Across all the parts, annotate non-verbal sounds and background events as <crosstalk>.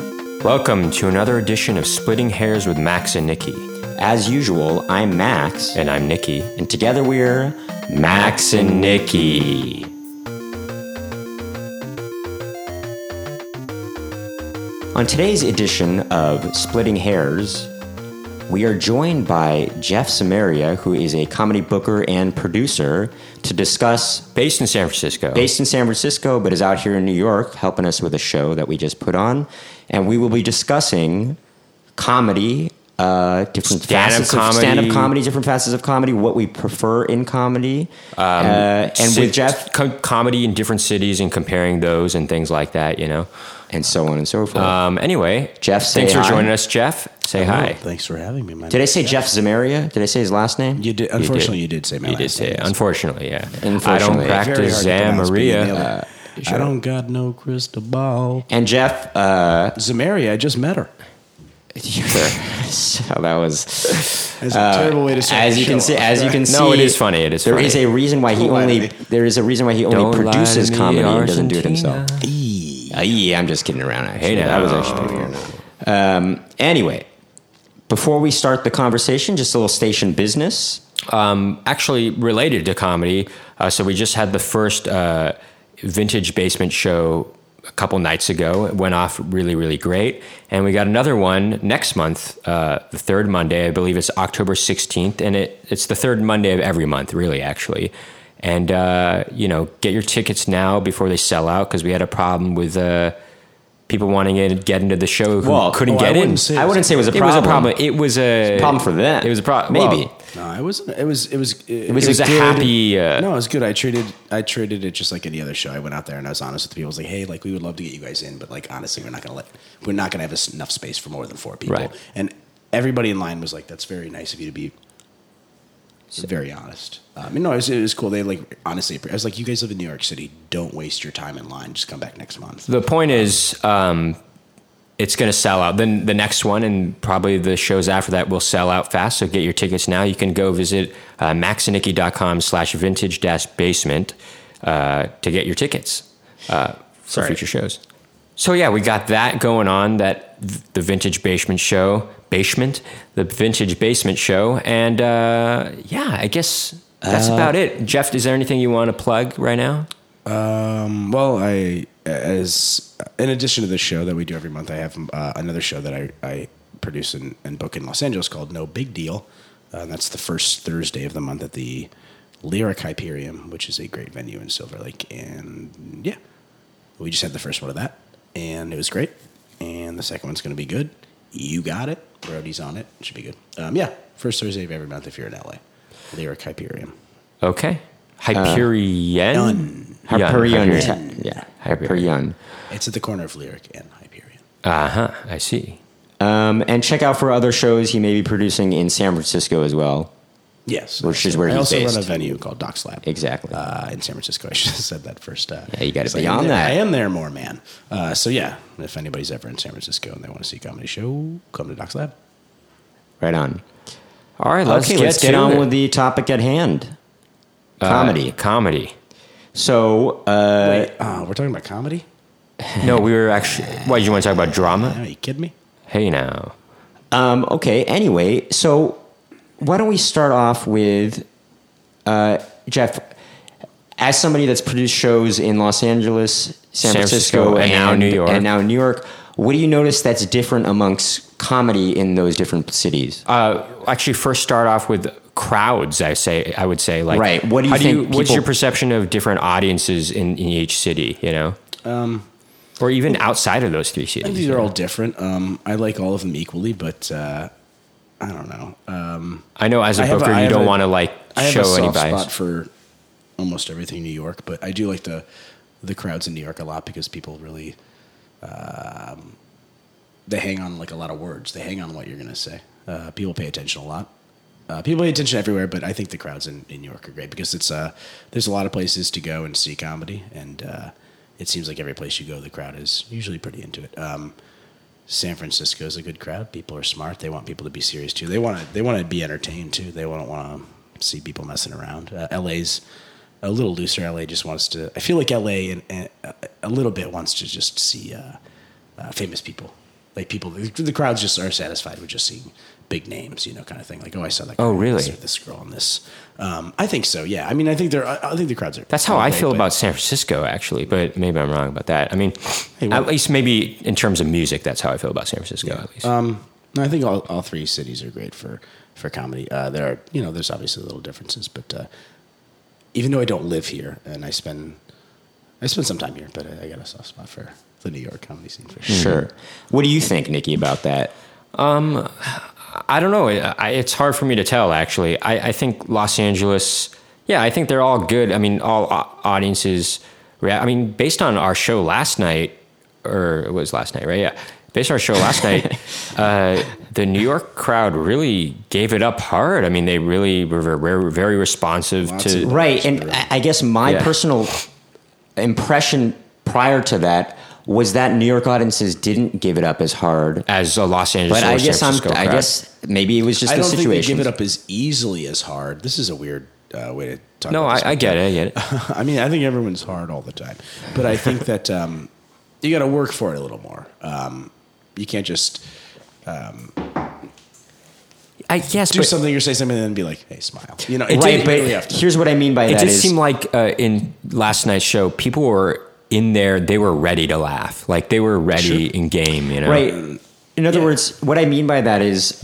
Welcome to another edition of Splitting Hairs with Max and Nikki. As usual, I'm Max, And I'm Nikki. and together we're Max and Nikki. on today's edition of Splitting Hairs. We are joined by Jeff Samaria, who is a comedy booker and producer, to discuss Based in San Francisco. based in San Francisco but is out here in New York helping us with a show that we just put on. And we will be discussing comedy, uh, different Stand-up facets comedy. of stand-up comedy, different facets of comedy, what we prefer in comedy. Um, uh, and Si- with Jeff com- comedy in different cities and comparing those and things like that, you know. and so on and so forth. Um, anyway, Jeff, say thanks for hi. joining us, Jeff. Say Oh, hi. thanks for having me. My did I say Jeff Zamaria? Did I say his last name? You did. Unfortunately, you did, say my You last did say, name. it. unfortunately, yeah. I Unfortunately. don't Very hard practice Zam Maria. Uh, I don't got no crystal ball. and Jeff, uh, <laughs> Zamaria, I just met her. so that was That's a terrible way to start Uh, as the you show can see. off, As you right? can see, No, it is funny. It is There funny. is a reason why he Don't lie to only. me. There is a reason why he only Don't lie to produces me, comedy and doesn't do it himself. Argentina. Uh, yeah, I'm just kidding around. Hey, Actually, that was now. actually pretty weird. Um, anyway, before we start the conversation, just a little station business. um, actually related to comedy. Uh, so we just had the first uh, vintage basement show a couple nights ago. It went off really, really great, and we got another one next month, uh, the third Monday. I believe it's October sixteenth, and it it's the third Monday of every month, really, actually. And uh, you know, get your tickets now before they sell out because we had a problem with. Uh, People wanting to get into the show who Well, couldn't oh, I get in. wouldn't say it I was- wouldn't say it was a It problem. was a problem. It was a problem for them. It was a problem. Maybe. No, it wasn't. It was. It was. It, was a good. happy, uh, no, it was good. I treated. I treated it just like any other show. I went out there and I was honest with the people. I was like, hey, like we would love to get you guys in, but like honestly, we're not gonna let. We're not gonna have us- enough space for more than four people. Right. And everybody in line was like, that's very nice of you to be. Very honest. Um, and no, it was, it was cool. They like honestly. I was like, you guys live in New York City. Don't waste your time in line. Just come back next month. the point is um, it's going to sell out then the next one and probably the shows after that will sell out fast so get your tickets now you can go visit uh, maxinicky.com slash vintage dash basement uh, to get your tickets uh, for future shows so yeah we got that going on that v- the vintage basement show basement the vintage basement show and uh, yeah i guess that's about it jeff is there anything you want to plug right now Um, well, I as in addition to the show that we do every month, I have uh, another show that I, I produce and, and book in Los Angeles called No Big Deal. Uh, and that's the first Thursday of the month at the Lyric Hyperium, which is a great venue in Silver Lake. And yeah, we just had the first one of that, and it was great. And the second one's going to be good. You got it. Brody's on it. It should be good. Um, yeah, first Thursday of every month if you're in LA. Lyric Hyperium. Okay. Hyperion. Yun, Hyperion. Hyperion. Yeah, Hyperion. It's at the corner of Lyric and Hyperion. Uh huh. I see. Um, and check out for other shows he may be producing in San Francisco as well. Yes, Which is where I he's also based. run a venue called Docs Lab. Exactly. Uh, in San Francisco, <laughs> I should have said that first. Uh, you gotta it's be on I'm there- that. I am there more, man. Uh, so yeah, if anybody's ever in San Francisco and they want to see a comedy show, come to Docs Lab. right on. All right. Let's okay, get, let's get to on it. with the topic at hand. Uh, Comedy. comedy. <laughs> so, uh, Wait, uh, we're talking about comedy? No, we were actually. Why you want to talk about drama? Are you kidding me? Hey now. um, okay. Anyway, so why don't we start off with uh, Jeff? As somebody that's produced shows in Los Angeles, San San, Francisco, Francisco, and now New York. and now New York, what do you notice that's different amongst comedy in those different cities? Uh, actually, first start off with crowds. I say. I would say like. Right, what do you how think what's people- your perception of different audiences in, in each city? You know. Um. Or even outside of those three I cities. think these are all different. Um, I like all of them equally, but uh, I don't know. Um, I know as a I have a- booker, I you have don't a- want to like I have show a soft any bias. spot for almost everything in New York, but I do like the the crowds in New York a lot because people really um, they hang on like a lot of words. They hang on what you're gonna say. Uh, people pay attention a lot. Uh, people pay attention everywhere, but I think the crowds in, in New York are great because it's uh, there's a lot of places to go and see comedy, and uh, it seems like every place you go, the crowd is usually pretty into it. Um, San Francisco is a good crowd. People are smart. They want people to be serious too. They want to they want to be entertained too. They don't want to see people messing around. Uh, LA's a little looser. LA just wants to. I feel like LA and, and uh, a little bit wants to just see uh, uh, famous people Like people, the, the crowds just are satisfied with just seeing big names, you know, kind of thing. Like, oh, I saw that. Oh, guy, I really? saw This girl and this. Um, I think so. Yeah. I mean, I think they're. I, I think the crowds are. That's how I great, feel but- about San Francisco, actually, but maybe I'm wrong about that. I mean, well- at least maybe in terms of music, that's how I feel about San Francisco, at least. Um, no, I think all, all three cities are great for for comedy. Uh, there are you know there's obviously little differences, but uh, even though I don't live here and I spend I spend some time here, but I, I got a soft spot for the New York comedy scene for Hmm. sure. Sure. What do you think, Nikki, about that? I don't know. I, I- it's hard for me to tell, actually. I, I think Los Angeles, yeah, I think they're all good. I mean, all au- audiences. Rea- I mean, based on our show last night, or it was last night, right? Yeah. Based on our show last <laughs> night, uh, the New York crowd really gave it up hard. I mean, they really were ver- ver- very responsive Lots to. of- Right. And I I guess my Yeah. personal impression prior to that was that New York audiences didn't give it up as hard. As a Los Angeles, But or I San guess I'm, Francisco I crowd. guess maybe it was just I the don't think they situation. give it up as easily as hard. This is a weird uh, way to talk. No, about this, I, I but- get it. I get it. <laughs> I mean, I think everyone's hard all the time, but I think that um, you got to work for it a little more. Um, you can't just I guess, do but something or say something and then be like, "Hey, smile." You know, it right. did But really have to- here's what I mean by it that did is- seem like uh, in last night's show, people were in there. They were ready to laugh. Like they were ready in game. You know, Right. In other Yeah. words, what I mean by that is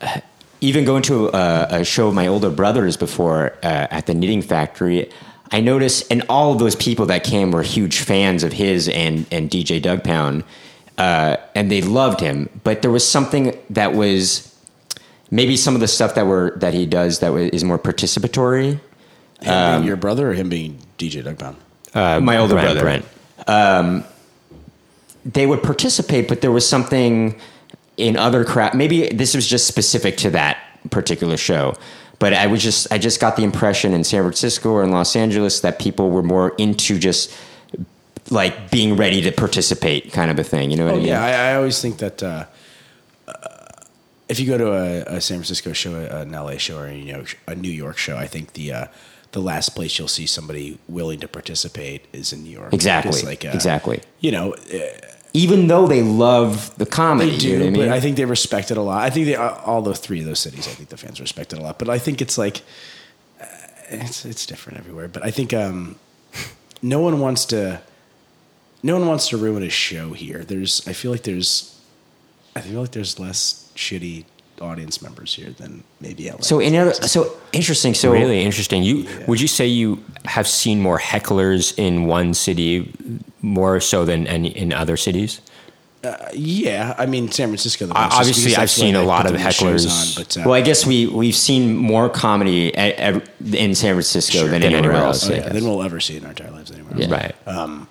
uh, even going to uh, a, a show of my older brothers before uh, at the Knitting Factory, I noticed, and all of those people that came were huge fans of his and, and DJ Doug Pound, uh, and they loved him. But there was something that was maybe some of the stuff that were that he does that was, is more participatory. Him um, being your brother or him being DJ Doug Pound? my older Uh, Brent, brother, Um, Brent. they would participate, but there was something in other crowd. Maybe this was just specific to that particular show, but I was just I just got the impression in San Francisco or in Los Angeles that people were more into just like being ready to participate, kind of a thing. You know what I Oh, mean? yeah, I, I always think that uh, uh, if you go to a, a San Francisco show, an LA show, or you know a New York show, I think the uh, the last place you'll see somebody willing to participate is in New York. exactly. Because, like, uh, exactly. You know, uh, Even though they love the comedy, they do, you know what I mean? but I think they respect it a lot. I think they uh, all the three of those cities. I think the fans respect it a lot. But I think it's like uh, it's it's different everywhere. But I think um, no one wants to no one wants to ruin a show here. There's I feel like there's I feel like there's less shitty audience members here than maybe LA. so in other, so interesting. So Really interesting. You would you say you have seen more hecklers in one city more so than any in other cities? yeah, I mean San Francisco. The Uh, most, just obviously, because I've that's where seen a they lot put of the most shows hecklers. On, but, uh, well, I guess we we've seen more comedy at, at, in San Francisco than, anywhere, else. I oh, yeah, guess. than we'll ever see in our entire lives anywhere. else. Yeah. Right.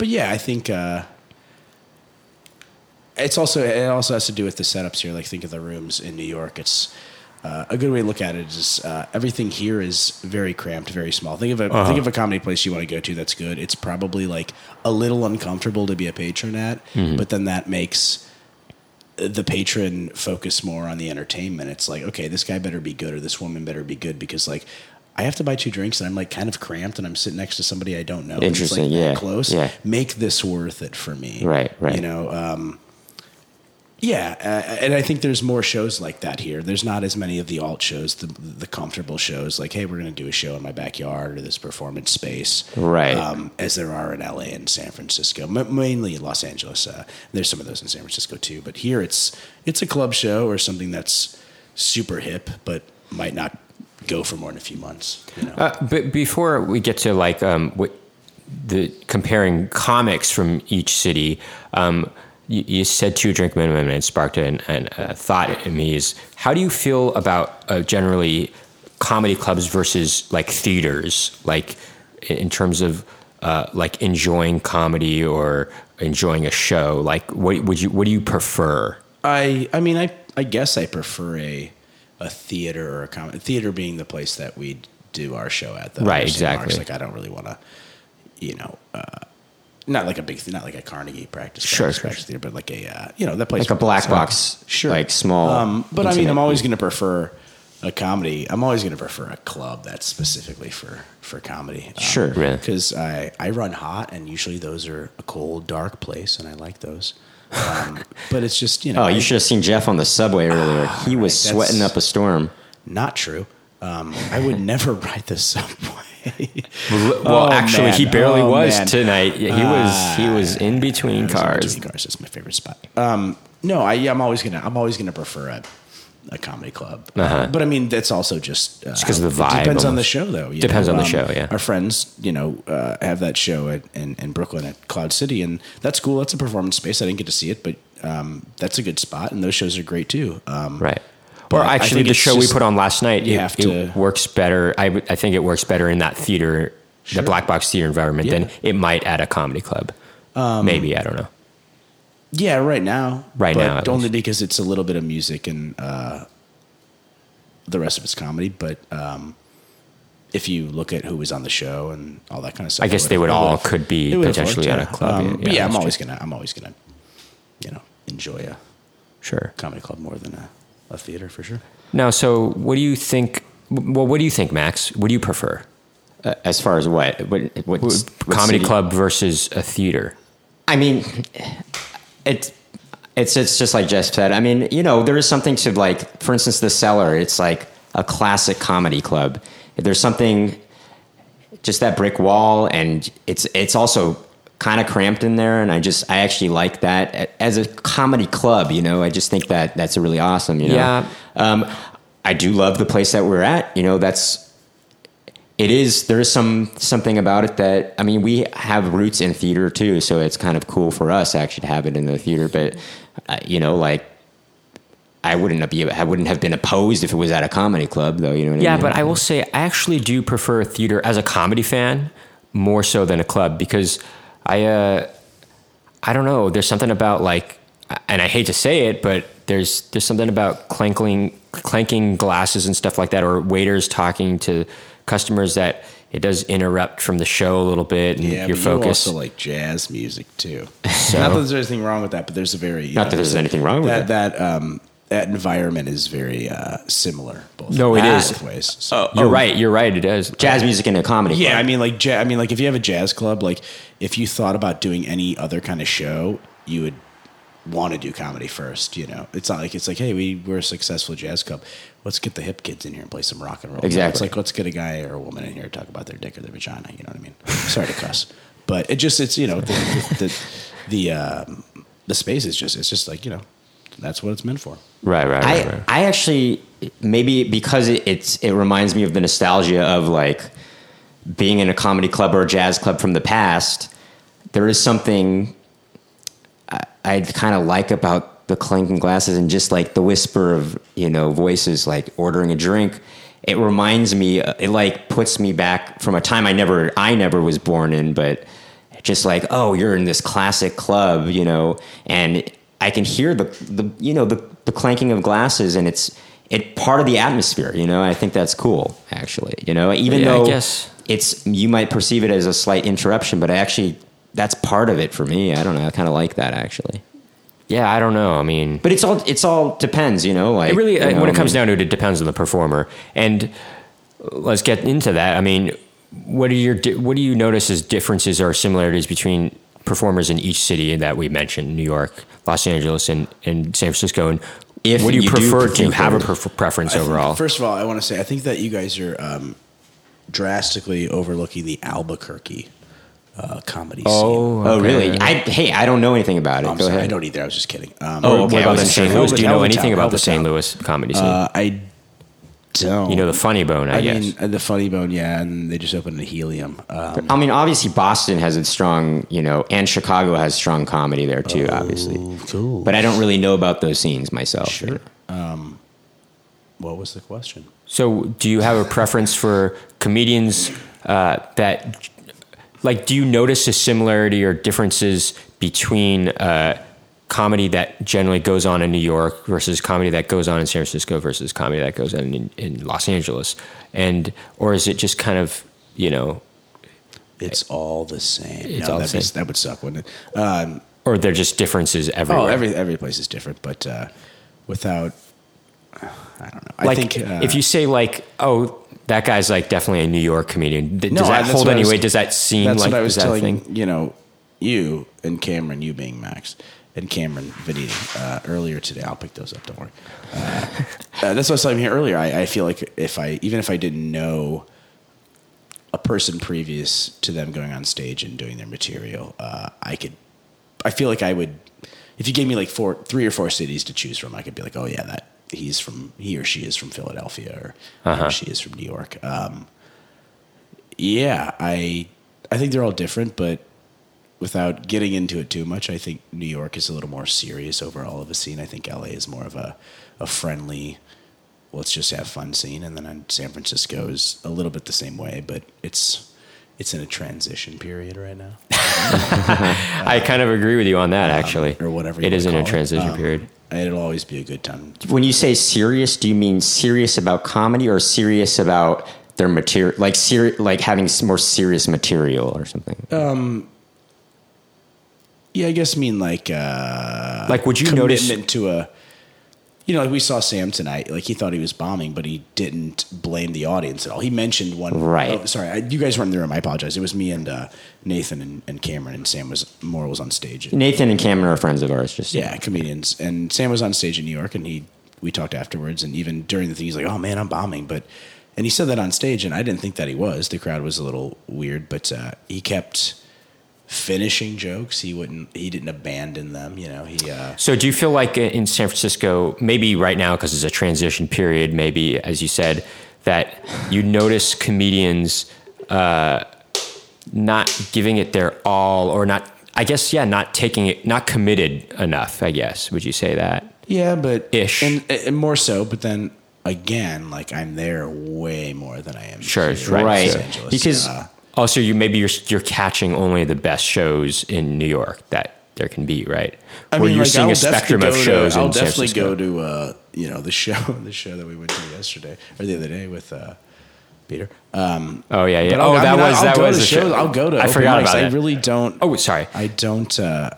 but yeah, I think uh, it's also it also has to do with the setups here. Like think of the rooms in New York. It's uh, a good way to look at it is uh, everything here is very cramped, very small. Think of a Uh-huh. think of a comedy place you want to go to that's good. It's probably like a little uncomfortable to be a patron at, Mm-hmm. but then that makes the patron focus more on the entertainment. It's like, okay, this guy better be good or this woman better be good because like I have to buy two drinks and I'm like kind of cramped and I'm sitting next to somebody I don't know. and it's, like, Interesting, that yeah, Close. yeah. Make this worth it for me. Right, right. You know, um, yeah, uh, and I think there's more shows like that here. There's not as many of the alt shows, the the comfortable shows, like hey, we're going to do a show in my backyard or this performance space, Right. Um, as there are in LA and San Francisco, m- mainly Los Angeles. Uh, there's some of those in San Francisco too, but here it's it's a club show or something that's super hip, but might not go for more than a few months. You know, Uh, but before we get to like um, what the comparing comics from each city, um, you, you said two drink minimum, and it sparked an, an, a thought in me: is how do you feel about uh, generally comedy clubs versus like theaters, like in in terms of uh, like enjoying comedy or enjoying a show? Like, what would you what do you prefer? I I mean I I guess I prefer a a theater or a comedy theater being the place that we do our show at the Right, St. Mark's. exactly. Like I don't really want to, you know, uh, not like a big not like a Carnegie practice Sure, practice, sure. practice theater, but like a uh, you know that place like a black box, Sure. like small. Um, but I mean, intimate- I'm always going to prefer a comedy. I'm always going to prefer a club that's specifically for for comedy. Um, Sure. Really? Because I I run hot, and usually those are a cold, dark place, and I like those. Um, but it's just you know. Oh, you should have seen Jeff on the subway earlier. He was right, Ah, that's- sweating up a storm. Not true. Um, I would never <laughs> ride the subway. Well, actually, man. he barely Oh, was man. tonight. He was he was in between I was in cars. between cars. That's my favorite spot. Um, no, I, I'm always gonna. I'm always gonna prefer a, a comedy club. Uh-huh. But I mean, that's also just uh, 'cause of the vibe Depends on the almost. show, though. you um, Depends on the show, yeah. our friends, you know, uh, have that show at, in in Brooklyn at Cloud City, and that's cool. That's a performance space. I didn't get to see it, but um, that's a good spot, and those shows are great too. Um, Right. But Or I actually, think the it's show just- we put on last night, you it, have it to- works better. I, would- I think it works better in that theater, the black box theater environment than it might at a comedy club. Um, Maybe I don't know. Yeah, right now. Right but now, at only least. because it's a little bit of music and uh, the rest of it's comedy. But um, if you look at who was on the show and all that kind of stuff, I guess it they would it all would've- could be it would've potentially worked, at a club. Um, Yeah, but yeah, yeah, I'm that's always gonna, I'm always gonna, you know, enjoy a Sure. comedy club more than a, a theater for sure. Now, so what do you think? Well, what do you think, Max? What do you prefer? Uh, as far as what? What? what, what comedy city- club versus a theater? I mean, it's it's it's just like Jeff said. I mean, you know, there is something to like, for instance, the cellar. It's like a classic comedy club. There's something, just that brick wall, and it's it's also kind of cramped in there. And I just I actually like that as a comedy club. You know, I just think that that's really awesome. You know, Yeah. Um, I do love the place that we're at. You know, that's it is there is some something about it that I mean we have roots in theater too, so it's kind of cool for us actually to have it in the theater. But uh, you know, like I wouldn't be I wouldn't have been opposed if it was at a comedy club though. You know what I Yeah, mean? but I will say I actually do prefer theater as a comedy fan more so than a club because I uh I don't know, there's something about like and I hate to say it, but there's there's something about clanking clanking glasses and stuff like that or waiters talking to customers that it does interrupt from the show a little bit and Yeah, your but focus. You also like jazz music too. <laughs> Not that there's anything wrong with that, but there's a very you Not that there's anything wrong with that. That um, that environment is very uh, similar. Both No, it is. Oh, both ways. So. you're right, you're right, it does. jazz music in a comedy. Yeah, I club. mean, like, ja- I mean, like, if you have a jazz club, like, if you thought about doing any other kind of show, you would want to do comedy first. You know, it's not like it's like, hey, we we're a successful jazz club. Let's get the hip kids in here and play some rock and roll. No, It's Exactly. like let's get a guy or a woman in here to talk about their dick or their vagina. You know what I mean? Sorry to cuss, but it just it's you know the the the, the, um, the space is just it's just like you know that's what it's meant for. Right, right, right. I, right. I actually maybe because it, it's it reminds me of the nostalgia of like being in a comedy club or a jazz club from the past. There is something I, I kind of like about the clanking glasses and just like the whisper of you know voices like ordering a drink. It reminds me. uh, It like puts me back from a time I never I never was born in, but just like oh you're in this classic club you know and i can hear the, the you know the, the clanking of glasses and it's it part of the atmosphere you know i think that's cool actually you know even Yeah, I though guess. it's you might perceive it as a slight interruption but i actually that's part of it for me i don't know i kind of like that actually yeah, I don't know. I mean but it's all it's all depends you know like it really you uh know, when I it comes mean- down to it it depends on the performer and uh, let's get into that i mean what are your di- what do you notice as differences or similarities between performers in each city that we mentioned new york los angeles and, and san francisco and If what do you, you do prefer do you think have a they're- pref- preference I think- overall First of all, I want to say I think that you guys are um, drastically overlooking the Albuquerque uh, comedy scene. oh okay. really i hey i don't know anything about it I'm go sorry, I ahead don't either. I was just kidding. Um, Oh, Or what okay, I about was in just st saying, louis do you know Albuquerque, anything about the Albuquerque. st louis comedy scene Uh, I don't. you know the funny bone i, I guess mean, uh, the Funny Bone, yeah, and they just opened the Helium. Um, I mean, obviously, Boston has a strong, you know, and Chicago has strong comedy there too, Oh. obviously. cool. But I don't really know about those scenes myself. Sure. what was the question? So, do you have a preference for comedians uh, that, like, do you notice a similarity or differences between uh, comedy that generally goes on in New York versus comedy that goes on in San Francisco versus comedy that goes on in, in Los Angeles, and or is it just kind of you know, It's all the same. It's no, all the that'd be- same. That would suck, wouldn't it? Um, or they're just differences everywhere? Oh, every every place is different, but uh, without, I don't know. like, I think uh, if you say like, oh, that guy's like definitely a New York comedian. th- No, does I- that that's hold what I any was- weight? Does that seem that's like what I was is that a telling thing? you know you and Cameron, you being Max, and Cameron Veniti uh, earlier today. I'll pick those up. Don't worry. Uh, uh, that's what I was telling you earlier. I, I feel like if I even if I didn't know a person previous to them going on stage and doing their material, uh, I could. I feel like I would. If you gave me like four, three or four cities to choose from, I could be like, oh yeah, that he's from he or she is from Philadelphia or, he or Uh-huh. she is from New York. Um, yeah, I I think they're all different, but without getting into it too much, I think New York is a little more serious overall of a scene. I think LA is more of a a friendly, let's just have fun scene, and then on San Francisco is a little bit the same way, but it's it's in a transition period right now. I kind of agree with you on that, actually. or whatever uh, you It wanna is in a call it. transition Um, period. It'll always be a good time. When you say serious, do you mean serious about comedy or serious about their material, like ser- like having s- more serious material or something? Yeah, I guess I mean like uh Like, would you commitment notice? to a you know, like we saw Sam tonight. Like he thought he was bombing, but he didn't blame the audience at all. He mentioned one. Right. oh, sorry, I, you guys weren't in the room. I apologize. It was me and uh, Nathan and, and Cameron and Sam was Moore was on stage. And, Nathan and Cameron are friends of ours. Just yeah, comedians. And Sam was on stage in New York, and he we talked afterwards, and even during the thing, he's like, "Oh man, I'm bombing," but and he said that on stage, and I didn't think that he was. The crowd was a little weird, but uh, he kept finishing jokes. He wouldn't. He didn't abandon them. You know, he. Uh, So, do you feel like uh, in San Francisco, maybe right now because it's a transition period, maybe as you said, that you notice comedians uh, not giving it their all or not i guess yeah not taking it not committed enough i guess would you say that Yeah, but Ish. and, and more so. But then again, like I'm there way more than I am. Sure, here right, in Los sure. Angeles. Because- also you maybe you're you're catching only the best shows in new york that there can be right I Where mean, you're like, seeing I'll a spectrum definitely of go shows To, I'll in san definitely francisco go to uh, you know the <laughs> show the show that we went to yesterday or the other day with uh, Peter. Um, oh yeah yeah but oh I'll- I that mean, was I'll that go was to the shows. show I'll go to. i open forgot mics. about I that really don't. oh sorry I don't. Uh,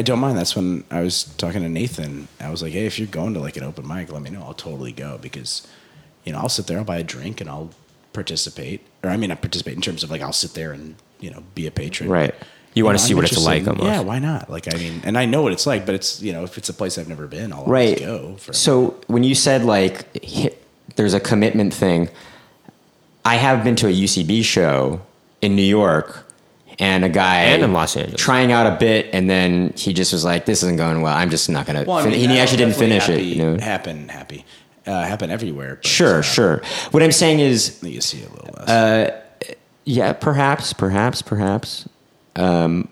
I don't mind. That's when I was talking to Nathan. I was like, "Hey, if you're going to like an open mic, let me know. I'll totally go because, you know, I'll sit there, I'll buy a drink, and I'll participate. Or I mean, not participate in terms of like I'll sit there and you know be a patron. Right. you want know, to see I'm what it's interested like in- almost Yeah, why not? Like, I mean, and I know what it's like, but it's you know, if it's a place I've never been, I'll always right. go. For so when you said like hi- there's a commitment thing, I have been to a UCB show in New York, and a guy And in Los Angeles. trying out a bit, and then he just was like, "This isn't going well. I'm just not gonna." well, I fin-" mean, and he that'll actually didn't definitely finish it. You happy- know? Happen, happy, uh, happen everywhere. But, Sure, uh, sure. What I'm saying is, You see it a Uh, little less. Yeah, perhaps, perhaps, perhaps. Um,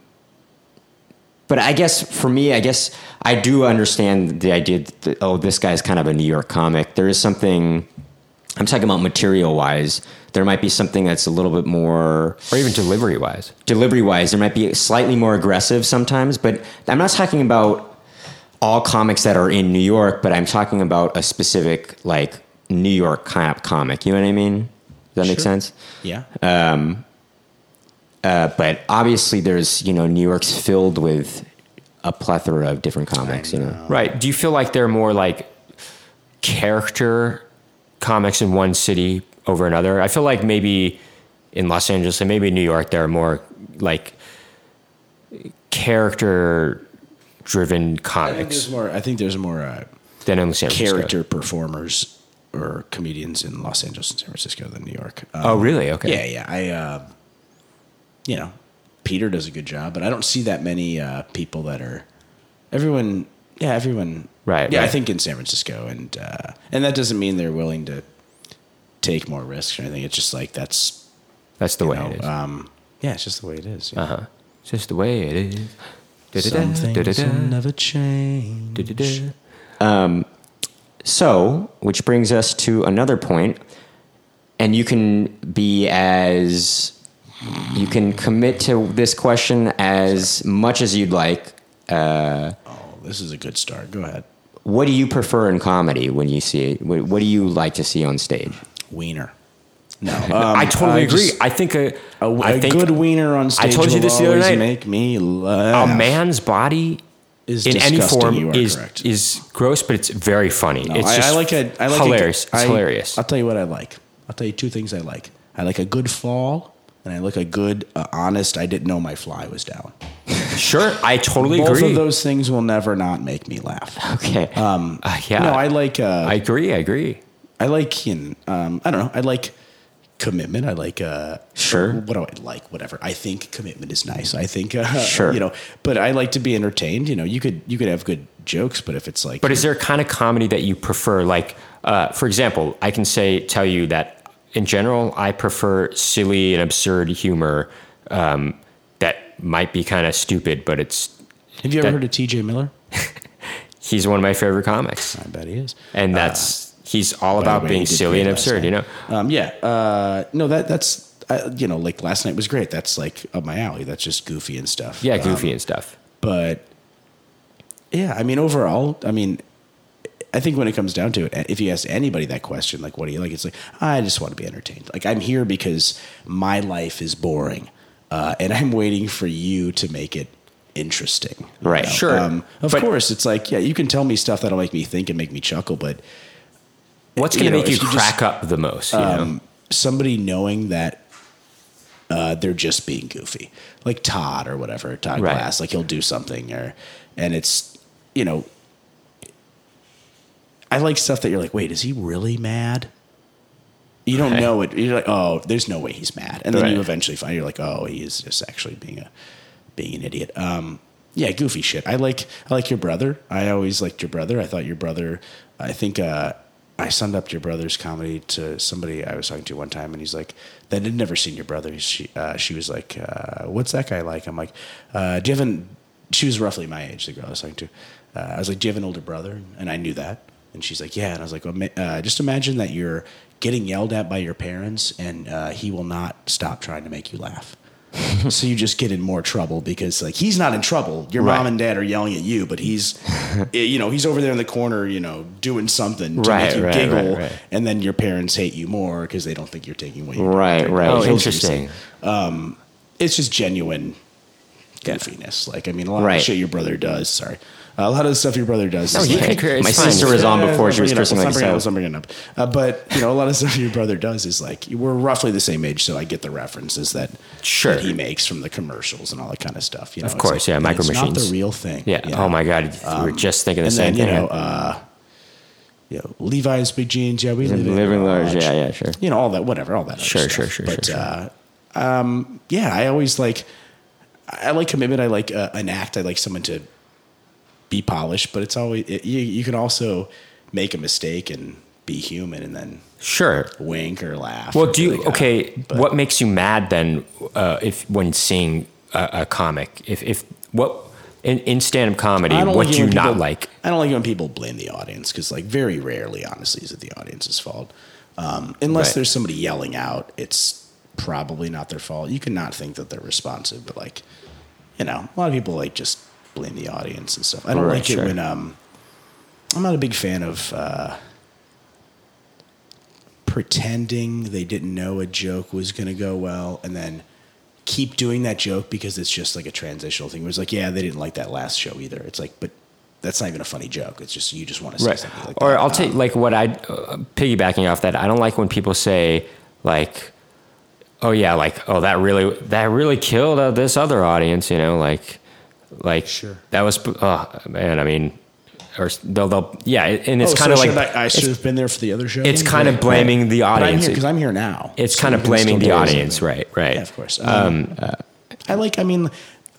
but I guess for me, I guess I do understand the idea that oh, this guy's kind of a New York comic. There is something. I'm talking about material wise. There might be something that's a little bit more or even delivery wise delivery wise. There might be slightly more aggressive sometimes, but I'm not talking about all comics that are in New York. But I'm talking about a specific like New York com- comic. You know what I mean? Does that make Sure. sense? yeah. Uh, but obviously there's you know new york's filled with a plethora of different comics you know, Right. Do you feel like they're more like character comics in one city over another? I feel like maybe in Los Angeles and maybe New York, there are more like character driven I think there's comics more. I think there's more. Uh, than in San Francisco. character performers or comedians in Los Angeles and San Francisco than New York. Um, Oh, really? Okay. Yeah, yeah. I, uh, you know, Peter does a good job, but I don't see that many uh, people that are everyone. Yeah, everyone. Right, Yeah, I right. think in San Francisco, and uh, and that doesn't mean they're willing to take more risks or anything. It's just like that's That's the way no, it is. um, yeah, it's just the way it is. yeah. Uh huh. It's just the way it is. Da-da-da, Some things will da-da-da, never change. da-da-da. so which brings us to another point and you can be as you can commit to this question as much as you'd like Oh, this is a good start. Go ahead, what do you prefer in comedy when you see it what, what do you like to see on stage Wiener. <laughs> No, I um, totally agree. just- I think a, A, I a think good wiener on I stage. told you will this the other always night. Make me a laugh. man's body Is in any disgusting, form you are is correct. is gross, but it's very funny. No, it's I, just I like a. I like hilarious. A, it's I- uh, hilarious. I'll tell you what I like. I'll tell you two things I like. I like a good fall, and I like a good, uh, honest. I didn't know my fly was down. Sure, I totally Both agree. of those things will never not make me laugh. Okay. Uh, yeah, No, I like. Uh, I agree. I agree. I like in um, I don't know. I like commitment. I like uh, Sure. What do I like? Whatever. I think commitment is nice. I think uh, <laughs> Sure. You know, but I like to be entertained. You know, you could you could have good jokes, but if it's like But is there a kind of comedy that you prefer? Like, uh, for example, I can say tell you that in general, I prefer silly and absurd humor um, that might be kind of stupid, but it's have you ever that- heard of T.J. Miller? he's one of my favorite comics, I bet he is. and that's he's all about way, being he did silly great and last absurd. You know, Um, yeah. Uh, no, that that's uh, you know, like last night was great. That's like up my alley. That's just goofy and stuff. yeah, Um, goofy and stuff. but yeah, I mean, overall, I mean, I think when it comes down to it, if you ask anybody that question, like, what do you like? It's like, I just want to be entertained. Like, I'm here because my life is boring, uh, and I'm waiting for you to make it interesting. you Right. know? Sure. Um, of But- course, it's like, yeah, you can tell me stuff that'll make me think and make me chuckle, but What's going you to know, make you, if you just- uh, crack up the most? You know? somebody knowing that uh, they're just being goofy, like Todd or whatever, Todd Right. Glass, like he'll do something, or and it's you know, I like stuff that you're like, wait, is he really mad? You don't Right. know it. You're like, oh, there's no way he's mad, and then Right. you eventually find you're like, oh, he is just actually being a being an idiot. Um, yeah, goofy shit. I like I like your brother. I always liked your brother. I thought your brother. I think uh, I summed up your brother's comedy to somebody I was talking to one time, and he's like, "That had never seen your brother." She uh, she was like, uh, "What's that guy like?" I'm like, uh, "Do you have an?" She was roughly my age. The girl I was talking to. Uh, I was like, "Do you have an older brother?" And I knew that. And she's like, "Yeah." And I was like, well, ma- uh, "Just imagine that you're getting yelled at by your parents, and uh, he will not stop trying to make you laugh." so you just get in more trouble because like he's not in trouble. Your mom Right. and dad are yelling at you, <laughs> but he's eh, you know, he's over there in the corner, you know, doing something to Right, make you right, giggle right, right. and then your parents hate you more because they don't think you're taking what you right. Right. Oh, he'll do interesting. It's just genuine goofiness. Like I mean a lot of Right. the shit your brother does, sorry. a lot of the stuff your brother does. is you like- can create- My it's fine. sister was on Yeah, before. let's She was not cursing like bring it up, so. let's not bring it up. Uh, but you know, a lot of stuff your brother does is like we're roughly the same age, so I get the references that Sure. that he makes from the commercials and all that kind of stuff. You know, Of It's course, yeah, and Micro it's Not Machines. the real thing. yeah. you Oh know? my god, we were just thinking the And same then you thing. know, uh, you know, Levi's big jeans. Yeah, we live in Living large. large. Yeah. Yeah. Sure. You know all that, whatever, all that. Sure, other sure, stuff. sure, But sure, sure. Uh, um, yeah, I always like. I like commitment. I like uh, an act. I like someone to be polished, but it's always it, you. You can also make a mistake and be human, and then sure. wink or laugh. Well, or do you like, uh, okay? but- what makes you mad then? Uh, if when seeing a, a comic, if if what in, in stand-up comedy, I don't what like it do you when not people- like? I don't like it when people blame the audience because, like, very rarely, honestly, is it the audience's fault. Um, unless Right. there's somebody yelling out, it's probably not their fault. You cannot think that they're responsive, but like, you know, a lot of people like just blame the audience and stuff. I don't Right, like sure. it when um, I'm not a big fan of uh, pretending they didn't know a joke was going to go well and then keep doing that joke because it's just like a transitional thing. It was like, yeah, they didn't like that last show either. It's like, but that's not even a funny joke. It's just you just want to say something like or that. Um, I'll take like what I uh, piggybacking off that. I don't like when people say like, "Oh yeah, like oh that really that really killed uh, this other audience," you know, like like Sure. that was oh man, I mean, or s- they'll they'll yeah, and it's Oh, kind of so like should I, I it's- should have been there for the other show. it's then? kind of Right. blaming the But I'm audience. here because I'm here now. it's so kind you of can still blaming the do audience, something. right? Right. Yeah, of course. Um, I like. I mean,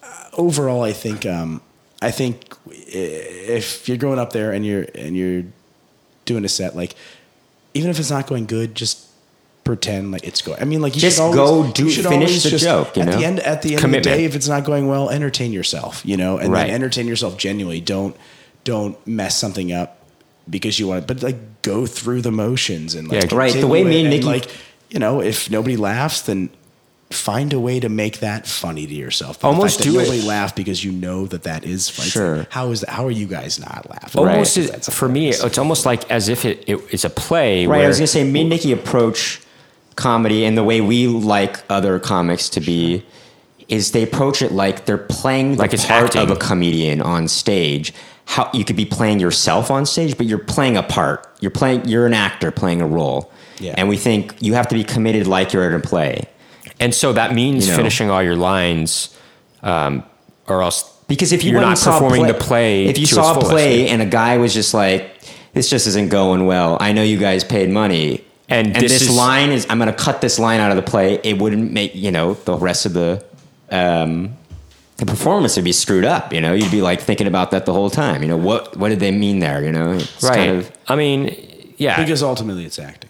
uh, overall, I think. Um, I think i- if you're going up there and you're and you're doing a set, like even if it's not going good, just pretend like it's going. I mean, like you Just should always, go do- you should finish always the just- joke, you at know? the end, at the end Commitment. of the day, if it's not going well, entertain yourself. You know, and Right. then entertain yourself genuinely. Don't don't mess something up because you want it, but like go through the motions and like Yeah, right. The continue way it me and Nikki- like you know, if nobody laughs, then find a way to make that funny to yourself. But the Almost fact do it. that Nobody laugh because you know that that is funny. It's Sure. Like, how is that, how are you guys not laughing? almost Right. is- for me, it's almost like as if it, it it's a play. Right. I where- was gonna say me and Nikki approach comedy and the way we like other comics to be is they approach it like they're playing the Like it's part acting. of a comedian on stage. How you could be playing yourself on stage, but you're playing a part. You're playing. You're an actor playing a role. Yeah. And we think you have to be committed like you're at a play. And so that means You know? finishing all your lines um, or else Because if you you're went not and saw a performing the play, if you to its saw a fullest. play and a guy was just like, "This just isn't going well," I know you guys paid money, And this this is- line is, I'm going to cut this line out of the play. It wouldn't make you know the rest of the um, the performance would be screwed up. You know, you'd be like thinking about that the whole time. You know, what what did they mean there? You know, it's right? kind of- I mean, yeah, because ultimately it's acting.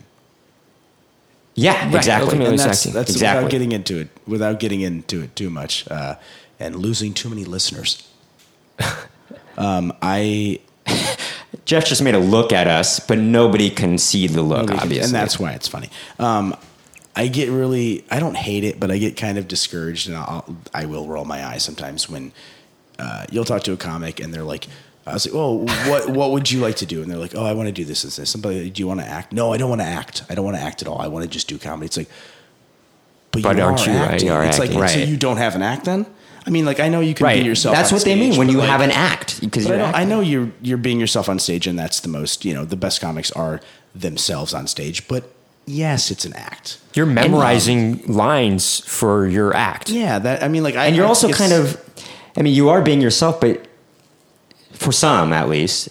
yeah, exactly. ultimately and it's that's, acting. that's Exactly. without getting into it, without getting into it too much, uh, and losing too <laughs> many listeners. um, I Jeff just made a look at us, but nobody can see the look, Nobody can- obviously. and that's why it's funny. Um, I get really, I don't hate it, but I get kind of discouraged, and I'll, I will roll my eyes sometimes when uh, you'll talk to a comic and they're like, I was like, well, what what would you like to do? And they're like, oh, I want to do this, this, this. Somebody, like, do you want to act? No, I don't want to act. I don't want to act at all. I want to just do comedy. It's like, but, But you aren't are you, right? acting. You are it's acting. like so Right. you don't have an act then. I mean, like I know you can Right. be yourself. That's on what they mean stage, when but, you like, have an act because but you're I know, I acting. know you're you're being yourself on stage, and that's the most you know. The best comics are themselves on stage, but yes, it's an act. you're memorizing lines for your act. Yeah, that I mean, like, I, and you're also it's- kind of i mean you are being yourself but for some at least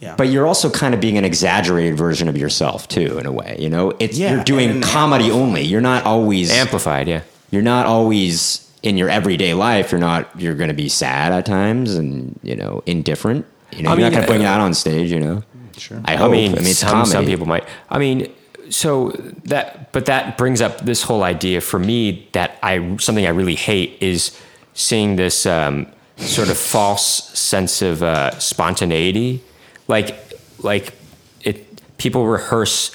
yeah. but you're also kind of being an exaggerated version of yourself too in a way you know it's Yeah, you're doing and- comedy only you're not always Amplified, yeah. you're not always in your everyday life you're not you're going to be sad at times and you know indifferent you know I you're not mean, going to bring uh, that on stage you know Sure. i hope i mean, it's some, comedy some people might. I mean, so that, but that brings up this whole idea for me that I something I really hate is seeing this um, sort of false sense of uh, spontaneity, like like it. People rehearse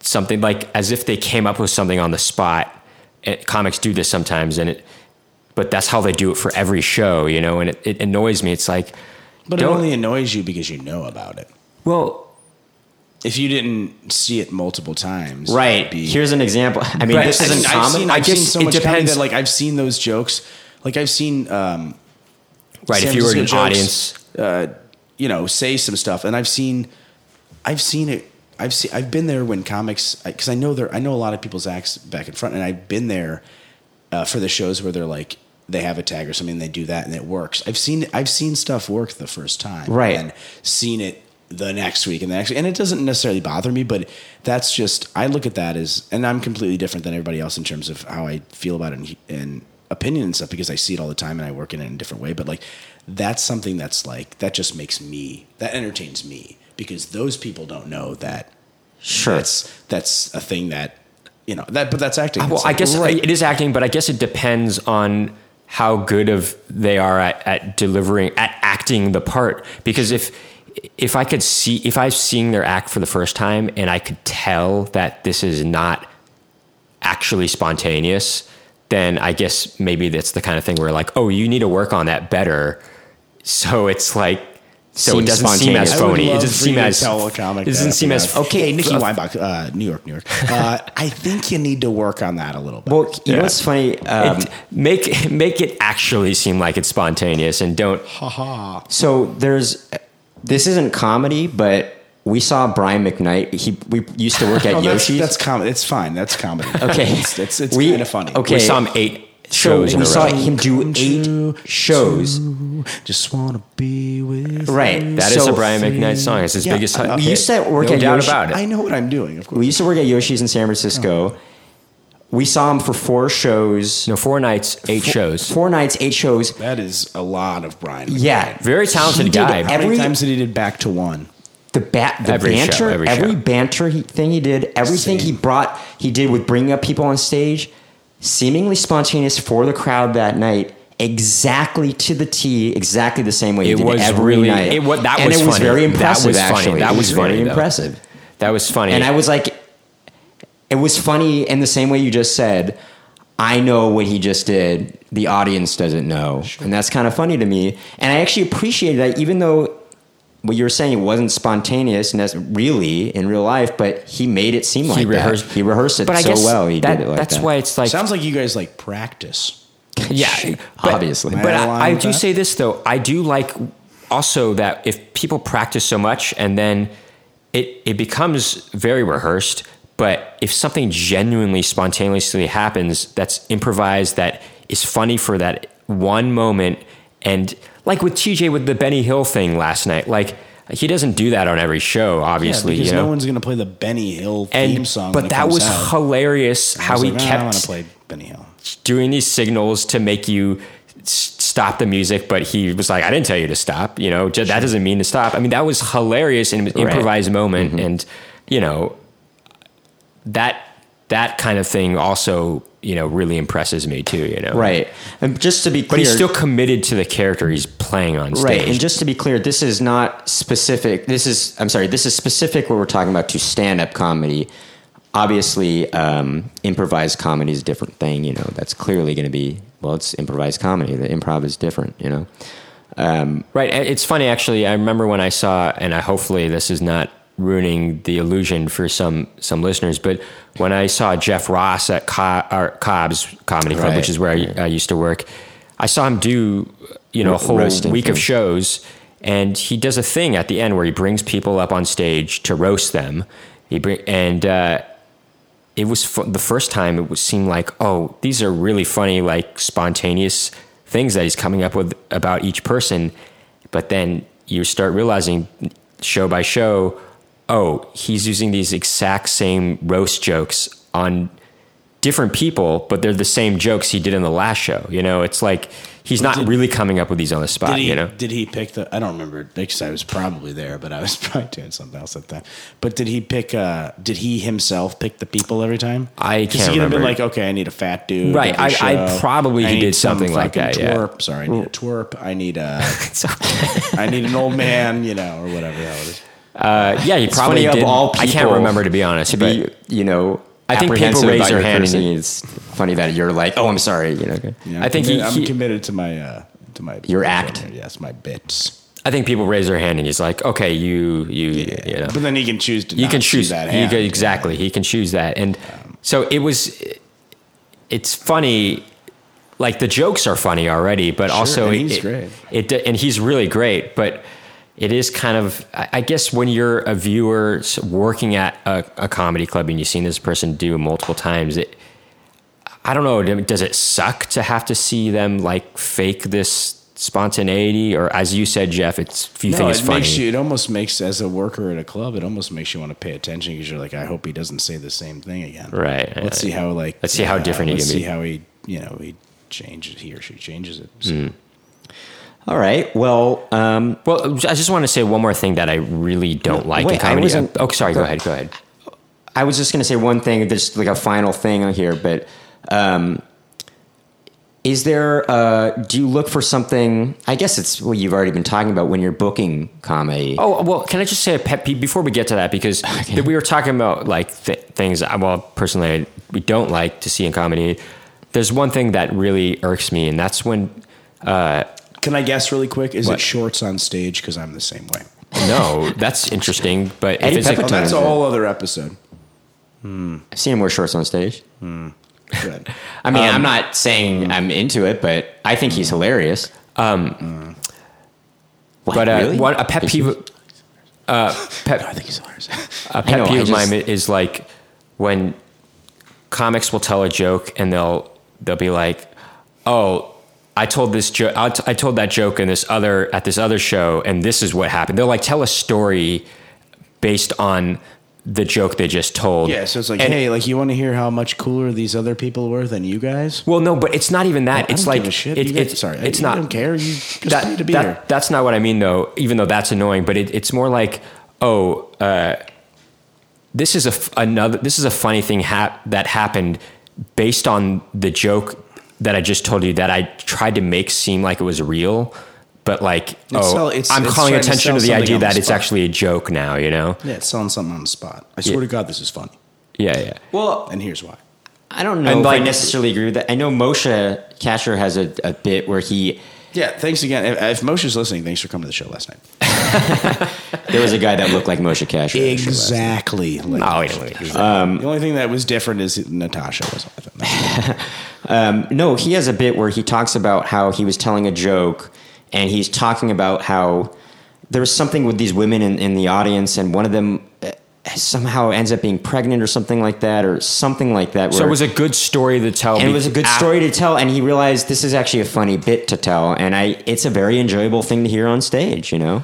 something like as if they came up with something on the spot. Eh, comics do this sometimes, and it. But that's how they do it for every show, you know, and it, it annoys me. It's like, but it don't- only annoys you because you know about it. well, If you didn't see it multiple times, right it'd be- here's an example i mean Right. this I've <laughs> isn't seen- I've comedy seen, I I've guess seen so it much comedy depends. that like I've seen those jokes. Like I've seen um, right? San if you were in an Francisco jokes, audience, uh, you know, say some stuff. And I've seen, I've seen it. I've seen, I've been there when comics, because I know there, I know a lot of people's acts back in front, and I've been there uh, for the shows where they're like they have a tag or something, they do that, and it works. I've seen, I've seen stuff work the first time, Right. and seen it the next week and the next week. and it doesn't necessarily bother me but that's just i look at that as and i'm completely different than everybody else in terms of how i feel about it and, and opinion and stuff because i see it all the time and i work in it in a different way but like that's something that's like that just makes me that entertains me because those people don't know that sure that's that's a thing that you know that but that's acting Well, It's I like, guess right. it is acting, but I guess it depends on how good of they are at, at delivering at acting the part. Because if if I could see if I'm seeing their act for the first time and I could tell that this is not actually spontaneous, then I guess maybe that's the kind of thing where like, oh, you need to work on that better. So it's like so Seems it doesn't seem as spontaneous. I would phony. It love doesn't for seem you to as tell a comic it doesn't that, seem you as know, okay. Nikki f- Weinbach, uh, New York, New York. Uh, I think you need to work on that a little bit. well you Yeah. know what's funny um, It, make make it actually seem like it's spontaneous and don't So there's this isn't comedy, but we saw Brian McKnight. He we used to work at <laughs> Oh, that's, Yoshi's. that's comedy. It's fine. That's comedy. okay, it's it's, <laughs> it's kind of funny. Okay, we saw him eight So shows in we a saw row. him do Come eight to- shows. Just wanna be with. Right, That is so a Brian McKnight song. It's his Yeah, biggest hit. uh, We used to work no at doubt Yoshi- about it. I know what I'm doing. Of course. We used to work at Yoshi's in San Francisco. Oh. We saw him for four shows, no, four nights, eight shows. four nights, eight shows. that is a lot of Brian. McKnight. Yeah, Very talented He did guy. How every- many times did he did back to one? the bat, the Every show, banter, every every, show. banter he, thing he did, everything he Same. brought, he did with bringing up people on stage, seemingly spontaneous for the crowd that night, exactly to the T, exactly the same way he It did was every really- night. it wa- that and was it was funny. very That impressive. was funny. actually, That It was funny, very though. impressive. That was funny. And I was like, it was funny in the same way you just said. I know what he just did. The audience doesn't know, and that's kind of funny to me. And I actually appreciate that, even though what you were saying it wasn't spontaneous, and that's really in real life. But he made it seem like that. rehearsed- He rehersed it but I so guess well. He that- did it like that's that. why it's like Sounds like you guys like practice. <laughs> yeah, obviously. But Am I I, I aligned with do that? say this though. I do like also that if people practice so much and then it it becomes very rehearsed. But if something genuinely spontaneously happens, that's improvised, that is funny for that one moment, And like with TJ with the Benny Hill thing last night, like he doesn't do that on every show, obviously. because you know? no one's gonna play the Benny Hill and, theme song. when But it that comes was out. hilarious I how was he like, "Man, I want to kept play Benny Hill. doing these signals to make you s- stop the music, but he was like, I didn't tell you to stop. You know, j- that doesn't mean to stop. I mean, that was hilarious and it was Right. Mm-hmm. improvised moment. And, you know, that, that kind of thing also, you know, really impresses me too, you know? Right. And just to be clear, But he's still committed to the character he's playing on stage. Right, and just to be clear, this is not specific. This is, I'm sorry, this is specific what we're talking about to stand up comedy. Obviously, um, improvised comedy is a different thing. You know, that's clearly going to be well, it's improvised comedy. The improv is different. You know, Right. and It's funny, actually. I remember when I saw, and I hopefully this is not ruining the illusion for some some listeners, but when I saw Jeff Ross at Co- or Cobb's Comedy Club, Right, which is where I, I used to work, I saw him do you know a Ro- whole roasting week of thing. shows, and he does a thing at the end where he brings people up on stage to roast them. He bring and. Uh, it was fu- the first time it would seem like oh these are really funny like spontaneous things that he's coming up with about each person but then you start realizing show by show oh he's using these exact same roast jokes on different people but they're the same jokes he did in the last show you know it's like he's not really coming up with these on the spot Did he, you know did he pick the? I don't remember because I was probably there, but I was <laughs> probably doing something else at the time. But did he pick? uh Did he himself pick the people every time? I 'Cause can't he could have been like, remember. okay, I need a fat dude. Right, every I- I show. probably he need did some something like fucking that, yeah. Twerp. Sorry, I need a twerp. I <laughs> need a. I need an old man, you know, or whatever the hell it is. uh, yeah he probably funny, of did all i can't people remember to be honest to but- be you know, I think people apprehensive raise about their your hand and person, you- It's funny that you're like, oh, I'm sorry. You know, You know, I I'm think he- committed- I'm he- committed to my uh to my Your act. Yes, my bits. i think people raise their hand and he's like okay you you you know But then he can choose to. you not can choose that. You Hand, can, exactly. He can choose that, and so it was. It's funny, like the jokes are funny already, but also and he's it, great. It, and he's really great, but it is kind of. I I guess when you're a viewer s- working at a, a comedy club and you've seen this person do multiple times, it. I don't know. Does it suck to have to see them like fake this spontaneity, or as you said, Jeff? It's if you no, think it's it funny. makes you. It almost makes as a worker at a club. It almost makes you want to pay attention because you're like, I hope he doesn't say the same thing again. Right, Let's yeah. see how like. Let's see how different he Let's can see be. how he you know he changes he or she changes it. So, Mm. All right. Well, um, Well, I just want to say one more thing that I really don't like in wait, I comedy. wasn't- oh, sorry. Go ahead. Go ahead. I was just going to say one thing, just like a final thing here, but um, is there, uh, do you look for something? I guess it's what you've already been talking about when you're booking comedy. Oh, well, can I just say a pet peeve before we get to that? <laughs> Because th- we were talking about like th- things. I- Well, personally, I- we don't like to see in comedy. There's one thing that really irks me, and that's when can I guess really quick? Is What? it shorts on stage? Because I'm the same way. no, <laughs> that's interesting. But if Eddie it's like- Oh, Pepitone. that's is a it? whole other episode. I've seen him wear shorts on stage. Good. <laughs> I mean, Um, I'm not saying I'm into it, but I think Mm. he's hilarious. Um, but uh, really? one, a pet peeve, I think <laughs> he's hilarious. a pet know, I peeve of just- mine is like when comics will tell a joke and they'll they'll be like, "Oh, I told this joke. I t- I told that joke in this other at this other show, and this is what happened." They'll like tell a story based on the joke they just told. yeah, so it's like, And- hey, like you want to hear how much cooler these other people were than you guys? Well, no, but it's not even that. I it's don't like give a shit. it- You guys- it's- sorry. It's I, not. I don't care. You just that- need to be that- there. That's not what I mean, though. Even though that's annoying, but it, it's more like, oh, uh, this is a f- another. This is a funny thing hap- that happened based on the joke that I just told you that I tried to make seem like it was real, but like, oh, sell- it's- I'm it's calling trying to attention to, the sell something idea on the that it's spot. actually a joke now. You know? Yeah, it's selling something on the spot. I swear to God, this is funny. Yeah, yeah. well, And here's why. I don't know And, if like- I necessarily agree with that. I know Moshe Kasher has a, a bit where he Yeah, thanks again. If, if Moshe's listening, thanks for coming to the show last night. there was a guy that looked like Moshe Kasher. Exactly. Like, um, Oh, wait, wait, wait. the only thing that was different is Natasha wasn't with him. No, he has a bit where he talks about how he was telling a joke and he's talking about how there was something with these women in, in the audience and one of them uh, somehow ends up being pregnant or something like that, or something like that. So where- it was a good story to tell. and it was a good af- story to tell, and he realized this is actually a funny bit to tell, and I it's a very enjoyable thing to hear on stage, you know.